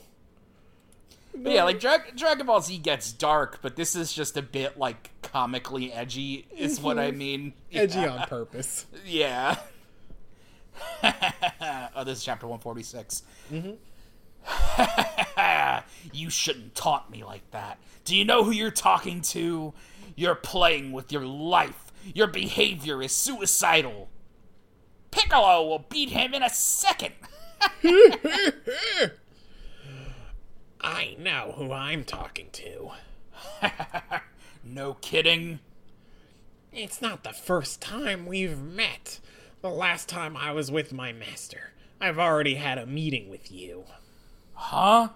S4: But yeah, like Dra- Dragon Ball Z gets dark, but this is just a bit like comically edgy, is what I mean.
S3: Edgy on purpose.
S4: Yeah. <laughs> oh, this is chapter 146. Mm-hmm. <laughs> you shouldn't taunt me like that. Do you know who you're talking to? You're playing with your life. Your behavior is suicidal. Piccolo will beat him in a second. <laughs>
S3: I know who I'm talking to.
S4: No kidding.
S3: It's not the first time we've met. The last time I was with my master, I've already had a meeting with you.
S4: Huh?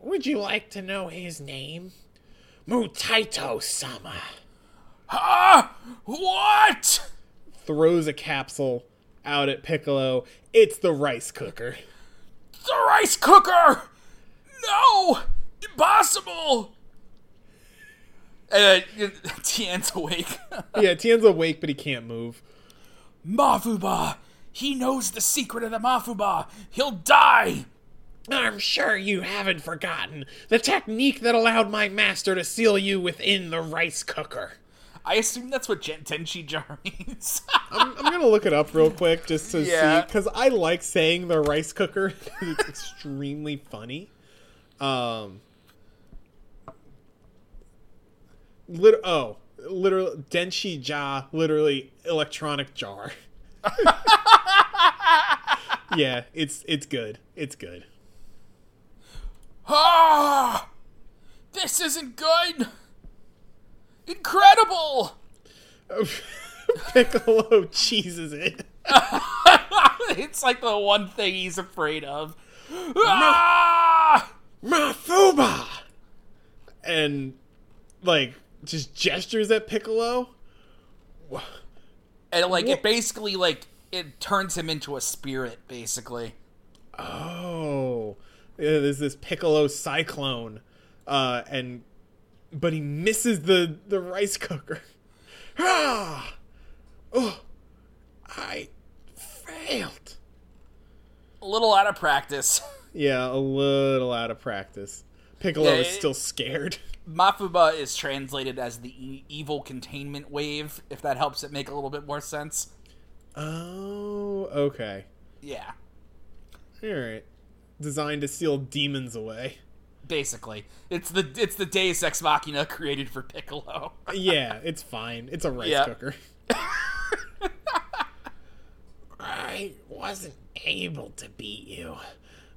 S3: Would you like to know his name? Mutaito sama.
S4: Ah! What?
S3: Throws a capsule out at Piccolo. It's the rice cooker.
S4: The rice cooker! No! Impossible! And uh, <laughs> Tien's awake. <laughs>
S3: yeah, Tien's awake, but he can't move.
S4: Mafuba! He knows the secret of the Mafuba! He'll die!
S3: I'm sure you haven't forgotten the technique that allowed my master to seal you within the rice cooker.
S4: I assume that's what Gen- Tenchi Jar means.
S3: I'm, I'm gonna look it up real quick just to
S4: Yeah.
S3: see because I like saying the rice cooker. <laughs> 'cause it's extremely funny. Um, lit- oh, literally denshi ja, literally electronic jar. <laughs> yeah, it's it's good. It's good.
S4: <laughs>
S3: <laughs>
S4: ah! This isn't good! Incredible! <laughs>
S3: Piccolo cheeses it.
S4: it's like the one thing he's afraid of. Ah!
S3: Mafuba! And, like, just gestures at Piccolo.
S4: And like it basically like it turns him into a spirit, basically.
S3: Oh, yeah, there's this Piccolo cyclone, uh, and but he misses the the rice cooker. <laughs> Ah, oh, I failed.
S4: A little out of practice. <laughs>
S3: Yeah, a little out of practice. Piccolo
S4: Yeah,
S3: is
S4: it-
S3: still scared. <laughs>
S4: Mafuba is translated as the e- evil containment wave, if that helps it make a little bit more sense.
S3: Oh, okay,
S4: Yeah,
S3: all right. Designed to seal demons away.
S4: basically, it's the it's the Deus Ex Machina created for Piccolo. <laughs>
S3: Yeah, it's fine. It's a rice
S4: Yeah.
S3: cooker. I wasn't able to beat you,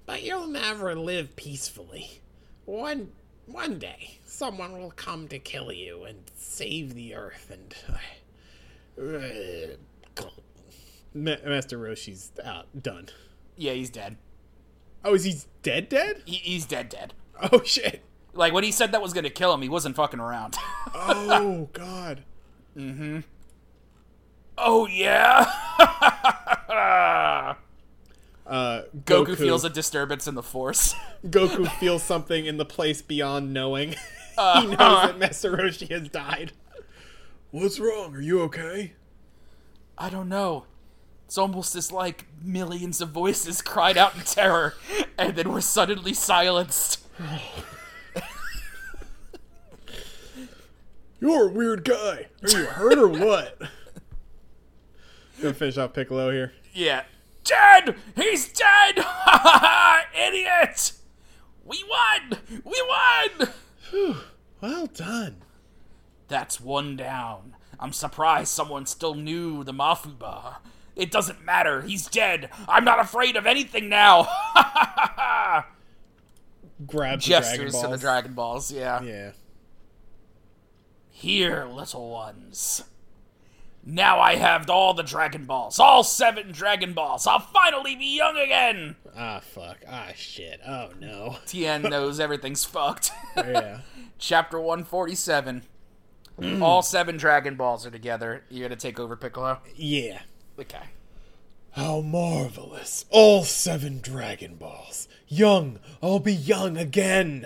S3: but you'll never live peacefully. One one day, someone will come to kill you and save the earth. And Master Roshi's out, done.
S4: Yeah, he's dead.
S3: Oh, is he dead? Dead?
S4: He, he's dead, dead.
S3: Oh shit!
S4: Like when he said that was gonna kill him, he wasn't fucking around. <laughs>
S3: Oh god!
S4: oh yeah. <laughs>
S3: Uh,
S4: Goku, feels a disturbance in the Force. <laughs>
S3: Goku feels something in the place beyond knowing. <laughs> he knows
S4: Uh-huh.
S3: that Masaroshi has died. What's wrong? Are you okay?
S4: I don't know. It's almost as like millions of voices cried out in terror, and then were suddenly silenced.
S3: You're a weird guy. Are you hurt or what? <laughs> Gonna finish off Piccolo here.
S4: Yeah. Dead! He's dead! <laughs> Ha ha ha! Idiot! We won! We won!
S3: Well done.
S4: That's one down. I'm surprised someone still knew the Mafuba. It doesn't matter. He's dead. I'm not afraid of anything now. <laughs>
S3: Grabs
S4: Gestures
S3: the
S4: to
S3: Dragon
S4: the
S3: Balls.
S4: Dragon Balls, yeah.
S3: yeah.
S4: Here, little ones. Now I have all the Dragon Balls, all seven Dragon Balls. I'll finally be young again.
S3: Ah fuck. Ah shit. Oh no.
S4: Tien knows everything's fucked.
S3: yeah.
S4: <laughs> Chapter 147. All seven Dragon Balls are together. You're gonna take over, Piccolo.
S3: Yeah.
S4: Okay.
S3: How marvelous. All seven Dragon Balls. Young. I'll be young again.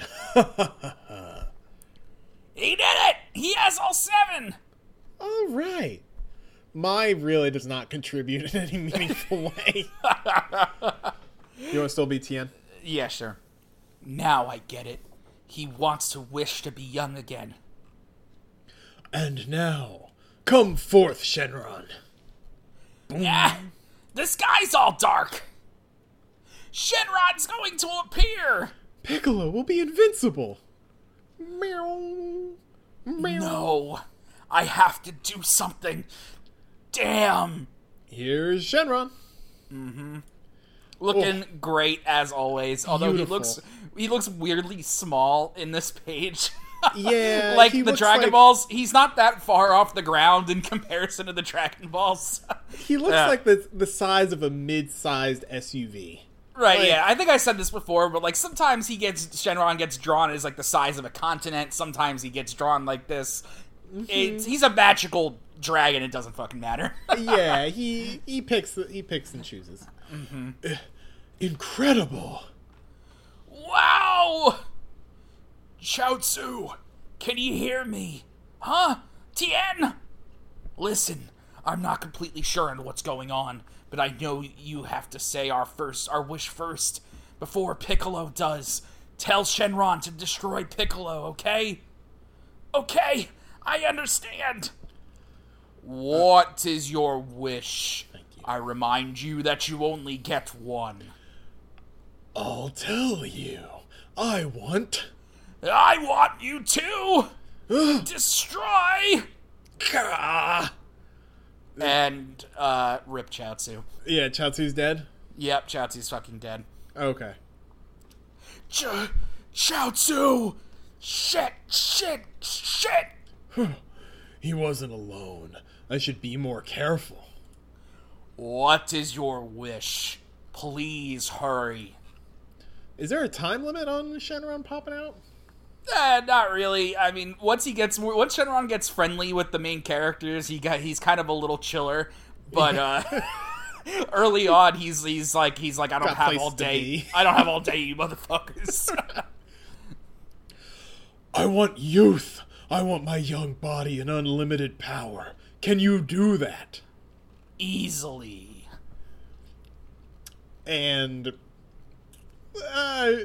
S4: He did it. He has all seven.
S3: All right. My really does not contribute in any meaningful way. you want to still be Tien?
S4: Yeah, sure. Now I get it. He wants to wish to be young again.
S3: And now, come forth, Shenron.
S4: Yeah, Ah! the sky's all dark. Shenron's going to appear.
S3: Piccolo will be invincible. Meow. Meow.
S4: No, I have to do something. Damn.
S3: Here's Shenron.
S4: Looking great as always. Although
S3: Oh. Beautiful.
S4: he looks he looks weirdly small in this page. <laughs>
S3: Yeah,
S4: like
S3: he
S4: the
S3: looks
S4: Dragon
S3: like-
S4: Balls, he's not that far off the ground in <laughs> comparison to the Dragon Balls. <laughs>
S3: He looks
S4: Yeah.
S3: like the the size of a mid-sized SUV.
S4: Right,
S3: Like-
S4: yeah. I think I said this before, but like sometimes he gets Shenron gets drawn as like the size of a continent. Sometimes he gets drawn like this.
S3: Mm-hmm.
S4: It's, he's a magical dragon. It doesn't fucking matter. <laughs>
S3: yeah, he he picks he picks and chooses. Eh, Incredible.
S4: wow, Chaozu, can you hear me? Huh, Tien? Listen, I'm not completely sure on what's going on, but I know you have to say our first, our wish first, before Piccolo does. Tell Shenron to destroy Piccolo, okay? Okay, I understand. What is your wish? I remind you that you only get one.
S3: I'll tell you. I want
S4: I want you to destroy
S3: Gah!
S4: and uh rip Chaozu.
S3: Yeah, Chaozu's dead.
S4: Yep, Chaozu's fucking dead.
S3: Okay.
S4: Ch- Chaozu! Shit, shit, shit!
S3: He wasn't alone. I should be more careful.
S4: What is your wish? Please hurry.
S3: Is there a time limit on Shenron popping out?
S4: Uh, not really. I mean, once he gets more, once Shenron gets friendly with the main characters, he got he's kind of a little chiller. But uh, <laughs> early on, he's he's like he's like I don't
S3: Got
S4: have
S3: places
S4: all
S3: to
S4: day.
S3: be."
S4: I don't have all day, you motherfuckers.
S3: I want youth. I want my young body and unlimited power. Can you do that?
S4: Easily.
S3: And uh,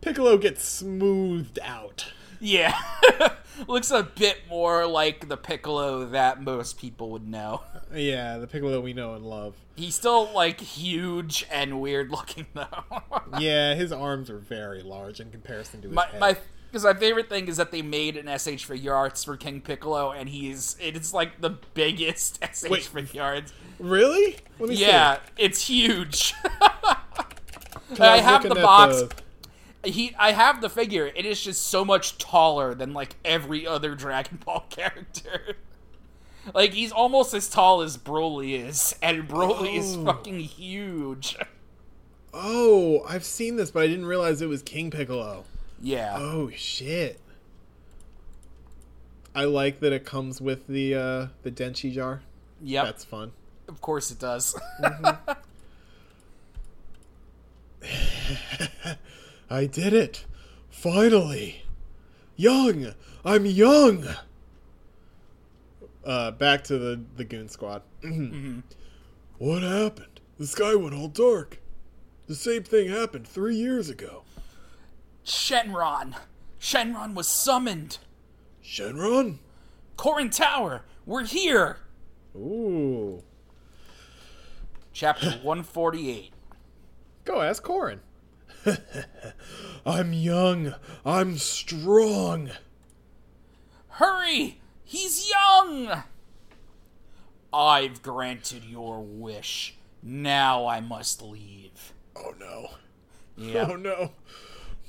S3: Piccolo gets smoothed out.
S4: Yeah. <laughs> Looks a bit more like the Piccolo that most people would know.
S3: Yeah, the Piccolo we know and love.
S4: He's still like huge and weird looking though. <laughs>
S3: Yeah, his arms are very large in comparison to his
S4: my
S3: head.
S4: my Because my favorite thing is that they made an SH figure arts for King Piccolo, and he's it's like the biggest <laughs> SH
S3: Wait.
S4: figure arts.
S3: Really? Let me
S4: Yeah, it's huge. <laughs>
S3: see. 'Cause
S4: I
S3: was
S4: have the
S3: looking at
S4: box.
S3: the-
S4: He, I have the figure. It is just so much taller than like every other Dragon Ball <laughs> character. Like he's almost as tall as Broly is, and Broly is
S3: Oh.
S4: fucking huge.
S3: Oh, I've seen this, but I didn't realize it was King Piccolo.
S4: Yeah.
S3: Oh shit. I like that it comes with the uh the Denshi jar.
S4: yep.
S3: That's fun.
S4: Of course it does. <laughs>
S3: I did it. Finally. Young. I'm young. Uh back to the the goon squad. <clears throat> What happened? The sky went all dark. The same thing happened 3 years ago.
S4: Shenron. Shenron was summoned.
S3: Shenron?
S4: Korin Tower. We're here.
S3: Ooh. <laughs>
S4: Chapter 148.
S3: Go ask Corin. <laughs> I'm young. I'm strong.
S4: Hurry! He's young! I've granted your wish. Now I must leave.
S3: Oh no.
S4: Yeah.
S3: Oh no.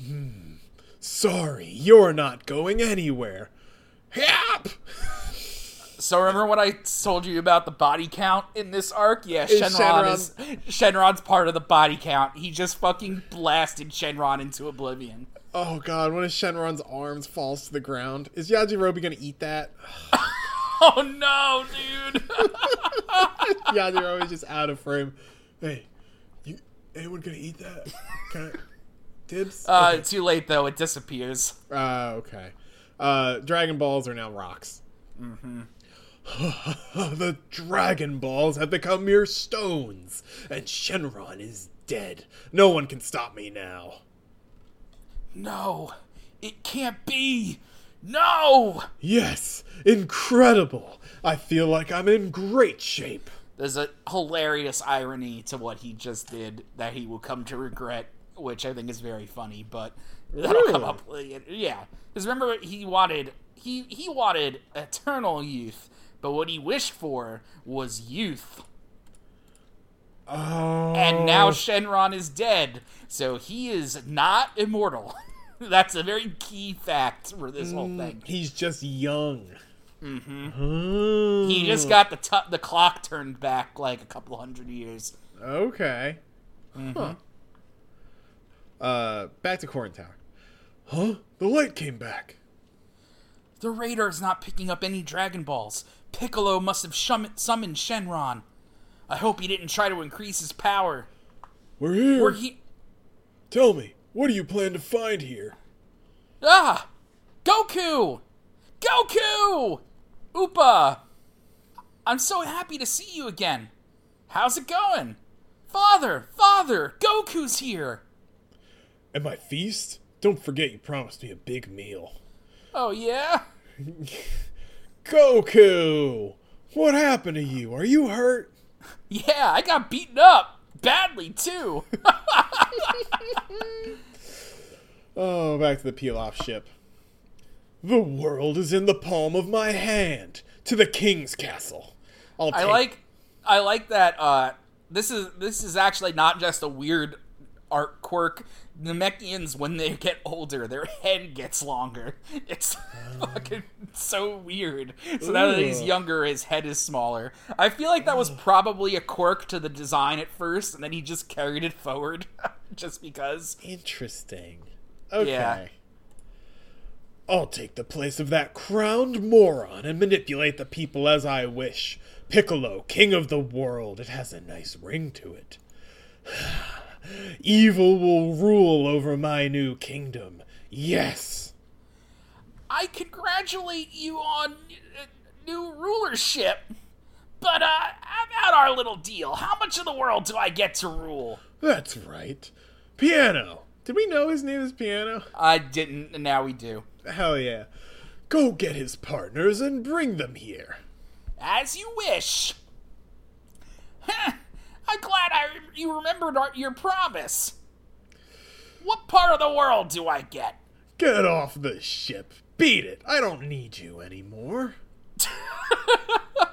S3: Hmm. Sorry, you're not going anywhere. Yap!
S4: So remember what I told you about the body count in this arc? Yeah,
S3: Is
S4: Shenron is Shenron's part of the body count. He just fucking blasted Shenron into oblivion. <laughs>
S3: Oh god, what if Shenron's arms falls to the ground? Is Yajirobe gonna eat <laughs> that?
S4: Oh no, dude! <laughs>
S3: Yajirobe's just out of frame. Hey, you anyone gonna eat that? <laughs> Can I, dibs?
S4: Uh, too late though. It disappears.
S3: Uh, okay. Uh, Dragon Balls are now rocks. Mm-hmm. <sighs> the Dragon Balls have become mere stones, and Shenron is dead. No one can stop me now.
S4: No, it can't be. No.
S3: Yes, incredible. I feel like I'm in great shape.
S4: There's a hilarious irony to what he just did that he will come to regret, which I think is very funny. But that'll come
S3: Really?
S4: up. Yeah, because remember he wanted he he wanted eternal youth, but what he wished for was youth.
S3: Oh.
S4: And now Shenron is dead, so he is not immortal. <laughs> That's a very key fact for this whole
S3: Mm.
S4: thing.
S3: he's just young. Mm-hmm.
S4: He just got the tu- the clock turned back like a couple hundred years.
S3: Okay. Huh. Uh, back to Corin Tower. Huh? The light came back.
S4: The radar's not picking up any Dragon Balls. Piccolo must have shum- summoned Shenron. I hope he didn't try to increase his power.
S3: We're here.
S4: Or he.
S3: Tell me, what do you plan to find here?
S4: Ah! Goku! Goku! Upa! I'm so happy to see you again. How's it going? Father! Father! Goku's here!
S3: At my feast? Don't forget you promised me a big meal.
S4: Oh, yeah?
S3: Goku! What happened to you? Are you hurt?
S4: Yeah, I got beaten up! Badly, too! <laughs>
S3: Oh, back to the peel off ship. The world is in the palm of my hand. To the king's castle. I'll
S4: I
S3: take-
S4: like I like that uh this is this is actually not just a weird art quirk. Namekians when they get older, their head gets longer. <laughs> It's fucking so weird. So now that he's
S3: Oh. Ooh.
S4: younger, his head is smaller. I feel like that was probably a quirk to the design at first, and then he just carried it forward <laughs> just because.
S3: Interesting. Okay.
S4: Yeah.
S3: I'll take the place of that crowned moron and manipulate the people as I wish. Piccolo, king of the world. It has a nice ring to it. <sighs> Evil will rule over my new kingdom. Yes.
S4: I congratulate you on uh, new rulership. But uh, how about our little deal? How much of the world do I get to rule?
S3: That's right. Piano. Did we know his name is Piano?
S4: I didn't, and now we do.
S3: Hell yeah. Go get his partners and bring them here.
S4: As you wish. Huh, I'm glad I rem- you remembered our, your promise. What part of the world do I get?
S3: Get off the ship. Beat it. I don't need you anymore.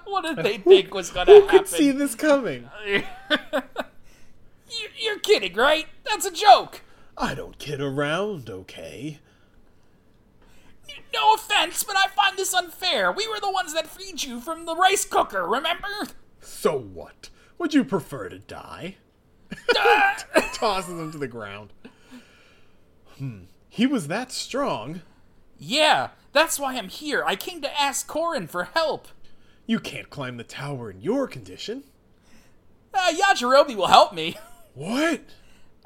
S4: What did
S3: <laughs>
S4: they think was gonna happen?
S3: I could see this coming.
S4: You- <laughs> You're kidding, right? That's a joke.
S3: I don't kid around, okay?
S4: No offense, but I find this unfair. We were the ones that freed you from the rice cooker,
S3: <laughs>
S4: remember?
S3: So what? Would you prefer to die?
S4: Ah!
S3: Tosses him to the ground. Hmm. He was that strong.
S4: Yeah, that's why I'm here. I came to ask Corin for help.
S3: You can't climb the tower in your condition.
S4: Uh, Yajirobe will help me.
S3: What?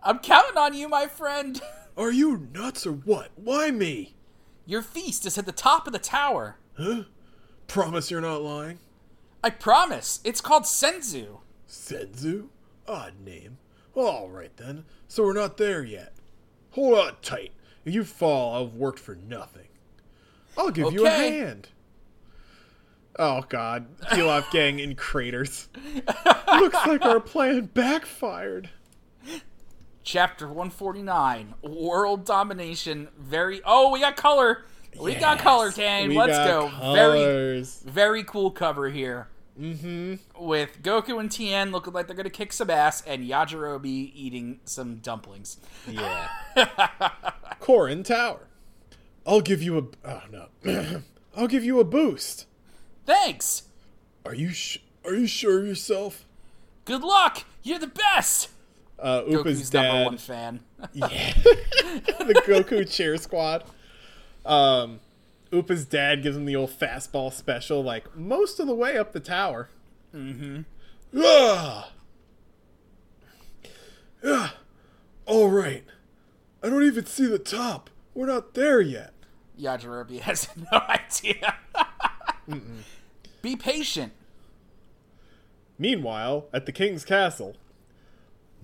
S4: I'm counting on you, my friend.
S3: Are you nuts or what? Why me?
S4: Your feast is at the top of the tower.
S3: Promise you're not lying.
S4: I promise. It's called Senzu.
S3: Senzu? Odd name. Well, alright then. So we're not there yet. Hold on tight. If you fall, I've worked for nothing. I'll give you a
S4: Okay.
S3: hand. Oh god. Pilaf gang in
S4: <laughs>
S3: craters. Looks like our plan backfired.
S4: Chapter 149 World Domination. Very. Oh, we got color. We got color, gang.
S3: We
S4: Let's
S3: got
S4: go. Very
S3: Colors.
S4: very cool cover here. Mm-hmm. With Goku and Tien looking like they're gonna kick some ass, and Yajirobe eating some dumplings.
S3: Yeah. <laughs> Corin Tower. I'll give you a oh no. <clears throat> I'll give you a boost.
S4: Thanks.
S3: Are you sh- are you sure yourself?
S4: Good luck. You're the best.
S3: Uh, Upa's
S4: Goku's number
S3: <laughs>
S4: one
S3: dad.
S4: fan.
S3: Yeah. the Goku cheer squad. Um, Upa's dad gives him the old fastball special, like most of the way up the tower. Mm-hmm. Ah! Ah! All right. I don't even see the top. We're not there yet.
S4: Yajirobe <laughs> has no idea. Be patient.
S3: Meanwhile, at the king's castle,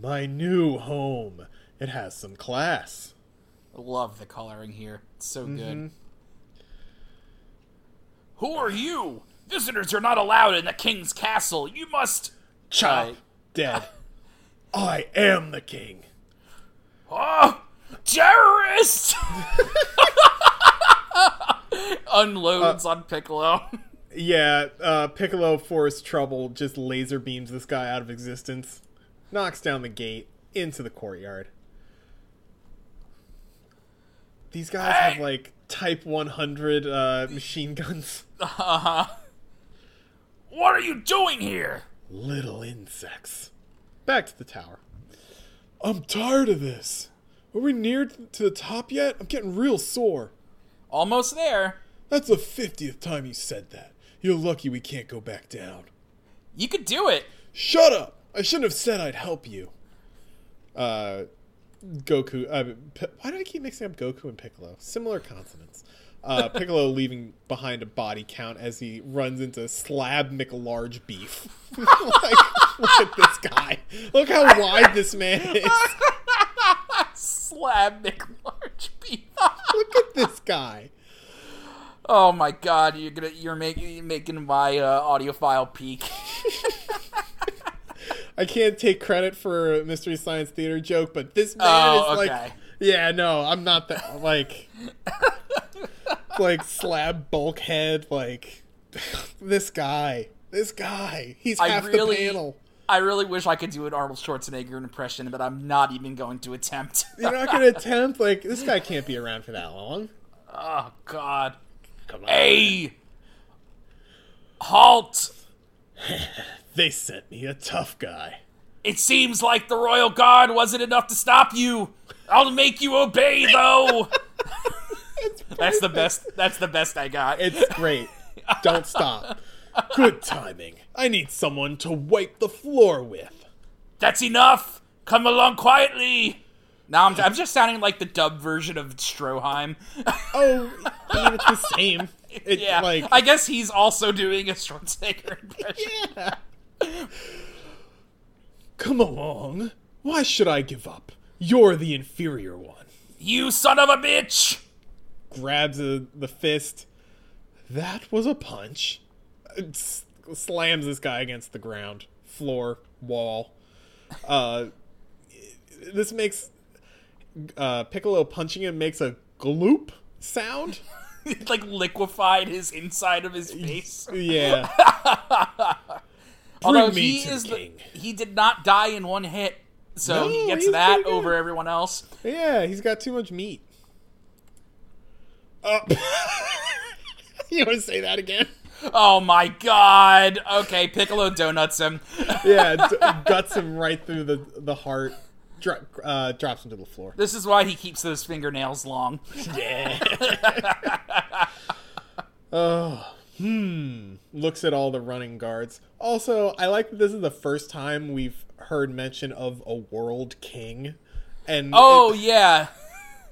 S3: my new home. It has some class.
S4: Love the coloring here. It's so good. Who are you? Visitors are not allowed in the king's castle. You must.
S3: Chop
S4: I-
S3: dead. I am the king.
S4: Oh, terrorist! <laughs> Unloads on Piccolo.
S3: Yeah, uh, Piccolo Forest Trouble just laser beams this guy out of existence, knocks down the gate into the courtyard. These guys have
S4: Hey!
S3: like Type 100 uh, machine guns. <laughs>
S4: What are you doing here?
S3: Little insects. Back to the tower. I'm tired of this. Are we near to the top yet? I'm getting real sore.
S4: Almost there.
S3: That's the 50th time you said that. You're lucky we can't go back down.
S4: You could do it.
S3: Shut up! I shouldn't have said I'd help you. Uh, Goku. Uh, P- why did I keep mixing up Goku and Piccolo? Similar consonants. Uh, Piccolo leaving behind a body count as he runs into Slab McLarge Beef. <laughs> like, look at this guy. Look how wide this man is.
S4: Slab <laughs> McLarge beef.
S3: Look at this guy.
S4: oh my god, you're gonna you're making you're making my uh, audiophile peak.
S3: I can't take credit for a Mystery Science Theater joke, but this man
S4: Oh,
S3: is like,
S4: okay.
S3: yeah, no, I'm not that like, like slab bulkhead, like this guy, this guy, he's
S4: I
S3: half
S4: really-
S3: the panel.
S4: I really wish I could do an Arnold Schwarzenegger impression, but I'm not even going to attempt. <laughs>
S3: You're not gonna attempt like this guy can't be around for that long.
S4: oh god.
S3: Come on,
S4: Hey! Halt!
S3: they sent me a tough guy.
S4: It seems like the royal guard wasn't enough to stop you. I'll make you obey, though. that's the best. That's the best I got.
S3: It's great. Don't stop. Good timing. I need someone to wipe the floor with.
S4: that's enough. Come along quietly. Now I'm, I'm just sounding like the dub version of Stroheim.
S3: Oh, I mean, it's the same. It,
S4: <laughs> yeah,
S3: like
S4: I guess he's also doing a Schwarzenegger impression. <laughs>
S3: Come along. Why should I give up? You're the inferior one.
S4: You son of a bitch! <laughs>
S3: Grabs a, the fist. That was a punch. Uh, S- slams this guy against the ground, floor, wall. Uh, this makes uh, Piccolo punching him makes a gloop sound.
S4: It, like liquefied his inside of his face.
S3: Yeah.
S4: <laughs> Although
S3: Bring me
S4: he
S3: to
S4: is
S3: the
S4: the,
S3: king.
S4: he did not die in one hit, so
S3: No,
S4: he gets
S3: he's
S4: that
S3: pretty good.
S4: over everyone else.
S3: Yeah, he's got too much meat. Uh, <laughs> you want to say that again?
S4: Oh my god! Okay, Piccolo donuts him.
S3: Yeah, d- guts him right through the the heart. Dro- uh, drops him to the floor.
S4: This is why he keeps those fingernails
S3: <laughs>
S4: long.
S3: Yeah. oh, hmm. Looks at all the running guards. Also, I like that this is the first time we've heard mention of a world king. And
S4: Oh yeah,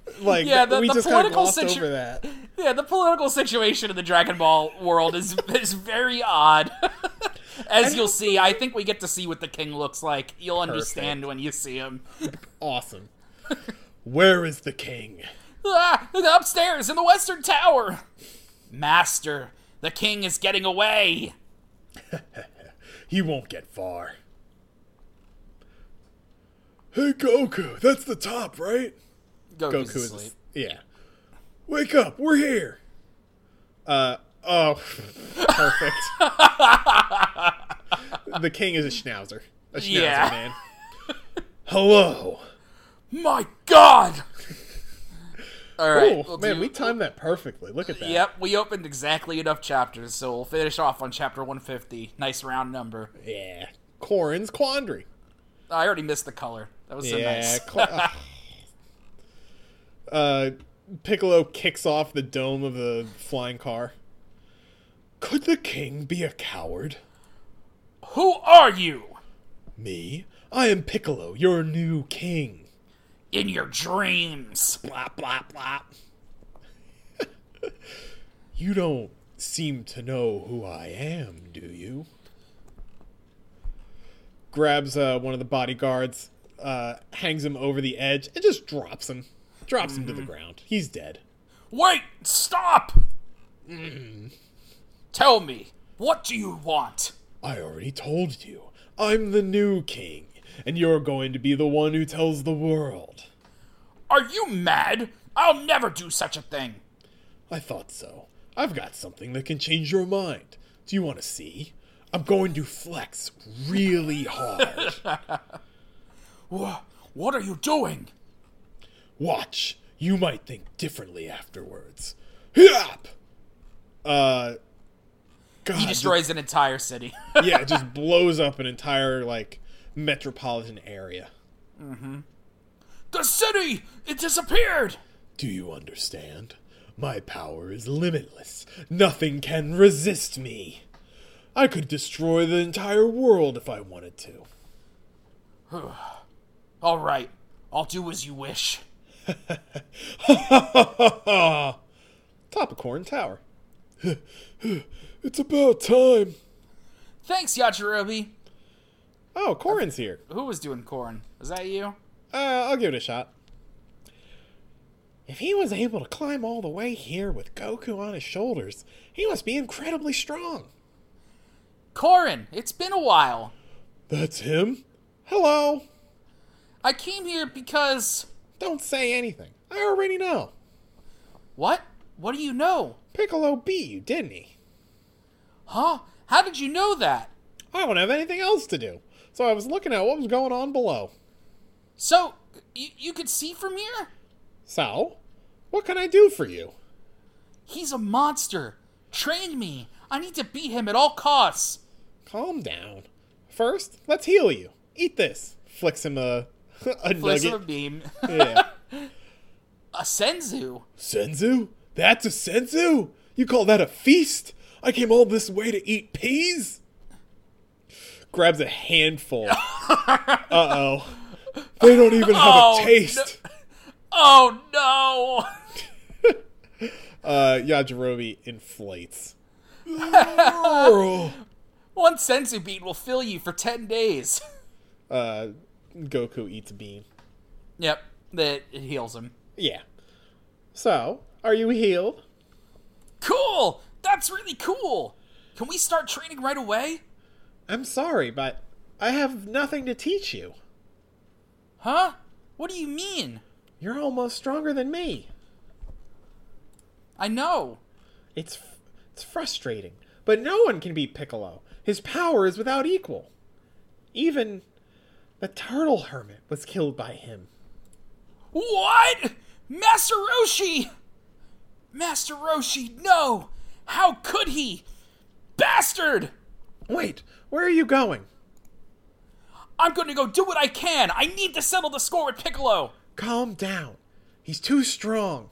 S3: it- like
S4: yeah, the-
S3: we
S4: the
S3: just kind of
S4: political
S3: glossed
S4: situ-
S3: over that.
S4: yeah. The political situation in the Dragon Ball world
S3: <laughs>
S4: is is very odd. As you'll see, I think we get to see what the king looks like. You'll understand when you see him.
S3: Awesome. Where is the king?
S4: Ah, upstairs in the Western Tower. Master, the king is getting away.
S3: He won't get far. Hey Goku, that's the top, right?
S4: Goku's
S3: Goku is
S4: asleep.
S3: yeah. Wake up, we're here. Uh oh,
S4: <laughs>
S3: perfect. the king is a schnauzer, a schnauzer
S4: Yeah.
S3: man. Hello.
S4: My
S3: <laughs>
S4: God! All right,
S3: Oh
S4: we'll
S3: man,
S4: do-
S3: we timed that perfectly. Look at that.
S4: Yep, we opened exactly enough chapters, so we'll finish off on chapter 150. Nice round number.
S3: Yeah. Corin's quandary.
S4: I already missed the color. That was so nice. <laughs>
S3: cla- ugh. uh, Piccolo kicks off the dome of the flying car. Could the king be a coward?
S4: Who are you?
S3: Me? I am Piccolo, your new king.
S4: In your dreams.
S3: Blop, blop, blop. <laughs> you don't seem to know who I am, do you? Grabs uh, one of the bodyguards, uh, hangs him over the edge, and just drops him. Drops him to the ground. He's dead.
S4: Wait! Stop! Hmm. Tell me, what do you want?
S3: I already told you. I'm the new king, and you're going to be the one who tells the world.
S4: Are you mad? I'll never do such a thing.
S3: I thought so. I've got something that can change your mind. Do you want to see? I'm going to flex really hard.
S4: Wha- What are you doing?
S3: Watch. You might think differently afterwards. Hyap! Uh. God,
S4: He destroys an entire city. <laughs>
S3: just- yeah, it just blows up an entire, like, metropolitan area.
S4: the city! It disappeared!
S3: Do you understand? My power is limitless. Nothing can resist me. I could destroy the entire world if I wanted to. <laughs>
S4: All right, I'll do as you wish.
S3: Top of Corn Tower. <laughs> it's about time.
S4: Thanks, Yajirobe.
S3: Oh, Corrin's here.
S4: Who was doing corn? Was that you?
S3: Uh, I'll give it a shot. If he was able to climb all the way here with Goku on his shoulders, he must be incredibly strong.
S4: Corin, it's been a while.
S3: That's him? Hello.
S4: I came here because.
S3: Don't say anything. I already know.
S4: What? What do you know?
S3: Piccolo beat you, didn't he?
S4: Huh? How did you know that?
S3: I don't have anything else to do. So I was looking at what was going on below.
S4: So, you, you could see from here?
S3: So, what can I do for you?
S4: He's a monster. Train me. I need to beat him at all costs.
S3: Calm down. First, let's heal you. Eat this. Flicks him a, <laughs> a
S4: Flips of a
S3: nugget.
S4: beam.
S3: yeah.
S4: <laughs> a senzu.
S3: Senzu? That's a senzu? You call that a feast? I came all this way to eat peas? Grabs a
S4: <laughs>
S3: handful. uh oh. They don't even have
S4: Oh,
S3: a
S4: no.
S3: taste.
S4: Oh no! <laughs>
S3: Uh, Yajirobe inflates. Oh.
S4: One senzu bean will fill you for 10 days.
S3: <laughs>
S4: <laughs>
S3: uh, Goku eats a bean.
S4: yep, that it heals him.
S3: Yeah. So, are you healed?
S4: Cool! That's really cool! Can we start training right away?
S3: I'm sorry, but I have nothing to teach you.
S4: Huh? What do you mean?
S3: You're almost stronger than me.
S4: I know.
S3: It's f- it's frustrating, but no one can beat Piccolo. His power is without equal. Even the turtle hermit was killed by him.
S4: What? Master Roshi! Master Roshi, no! How could he? Bastard!
S3: Wait, where are you going?
S4: I'm gonna go do what I can! I need to settle the score with Piccolo!
S3: Calm down. He's too strong.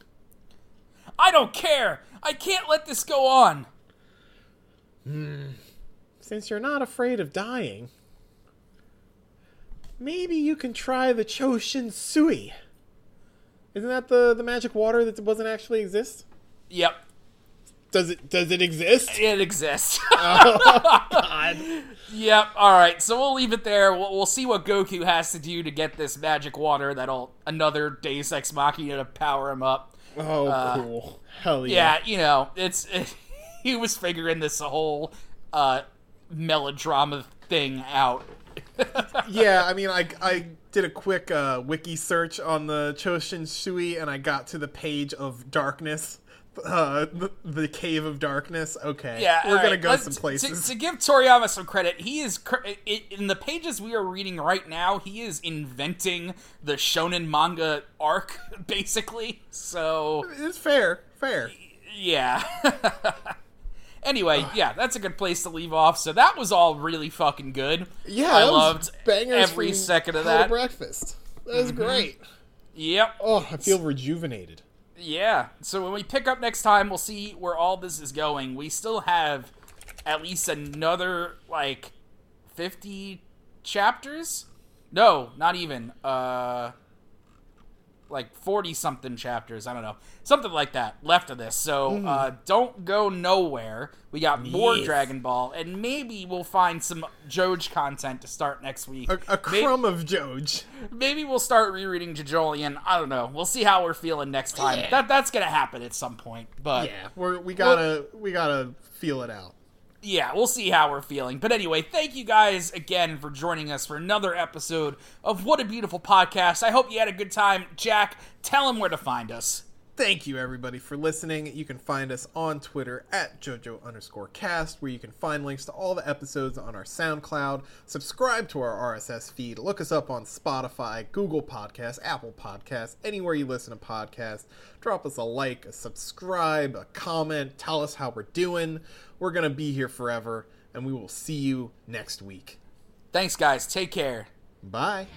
S4: I don't care! I can't let this go on!
S3: Since you're not afraid of dying, maybe you can try the Choshin Sui. Isn't that the, the magic water that doesn't actually exist?
S4: Yep,
S3: Does it does it exist?
S4: it exists. <laughs> Yep, alright, so we'll leave it there. We'll, we'll see what Goku has to do to get this magic water that'll another Deus Ex Machina to power him up.
S3: Oh, cool.
S4: Uh,
S3: Hell yeah.
S4: yeah, you know, it's <laughs> he was figuring this whole uh, melodrama thing
S3: <laughs>
S4: out.
S3: Yeah, I mean, I, I did a quick uh, wiki search on the Choshin Shui, and I got to the page of darkness, uh, the, the cave of darkness. Okay,
S4: Yeah,
S3: we're gonna
S4: alright,
S3: go
S4: let's-
S3: some
S4: to-
S3: places.
S4: To, give Toriyama some credit, he is cr- i- i- in the pages we are reading right now. He is inventing the shonen manga arc, <laughs> basically. So
S3: it's fair, fair.
S4: yeah. <laughs> anyway, yeah, that's a good place to leave off. So that was all really fucking good.
S3: Yeah,
S4: I
S3: that was
S4: loved
S3: bangers
S4: every
S3: from
S4: second of
S3: Hell to
S4: that. Mm-hmm.
S3: breakfast. That was great.
S4: Yep.
S3: Oh, I feel rejuvenated.
S4: Yeah. So when we pick up next time, we'll see where all this is going. We still have at least another like 50 chapters? No, not even. Uh like 40 something chapters, I don't know. Something like that left of this. So, uh don't go nowhere. We got more
S3: Hmm. Yes.
S4: Dragon Ball and maybe we'll find some Joj content to start next week.
S3: A, a
S4: May-
S3: crumb of Joj.
S4: maybe we'll start rereading Jajolian. I don't know. We'll see how we're feeling next time.
S3: Yeah.
S4: That that's gonna happen at some point. But yeah.
S3: We're, we gotta we gotta feel it out.
S4: we'll see how we're feeling. But anyway, thank you guys again for joining us for another episode of What a Beautiful Podcast. I hope you had a good time. Jack, tell him where to find us.
S3: Thank you, everybody, for listening. You can find us on Twitter at JoJo underscore cast, where you can find links to all the episodes on our SoundCloud. Subscribe to our RSS feed. Look us up on Spotify, Google Podcasts, Apple Podcasts, anywhere you listen to podcasts. Drop us a like, a subscribe, a comment. Tell us how we're doing. We're going to be here forever, and we will see you next week.
S4: Thanks, guys. Take care.
S3: Bye.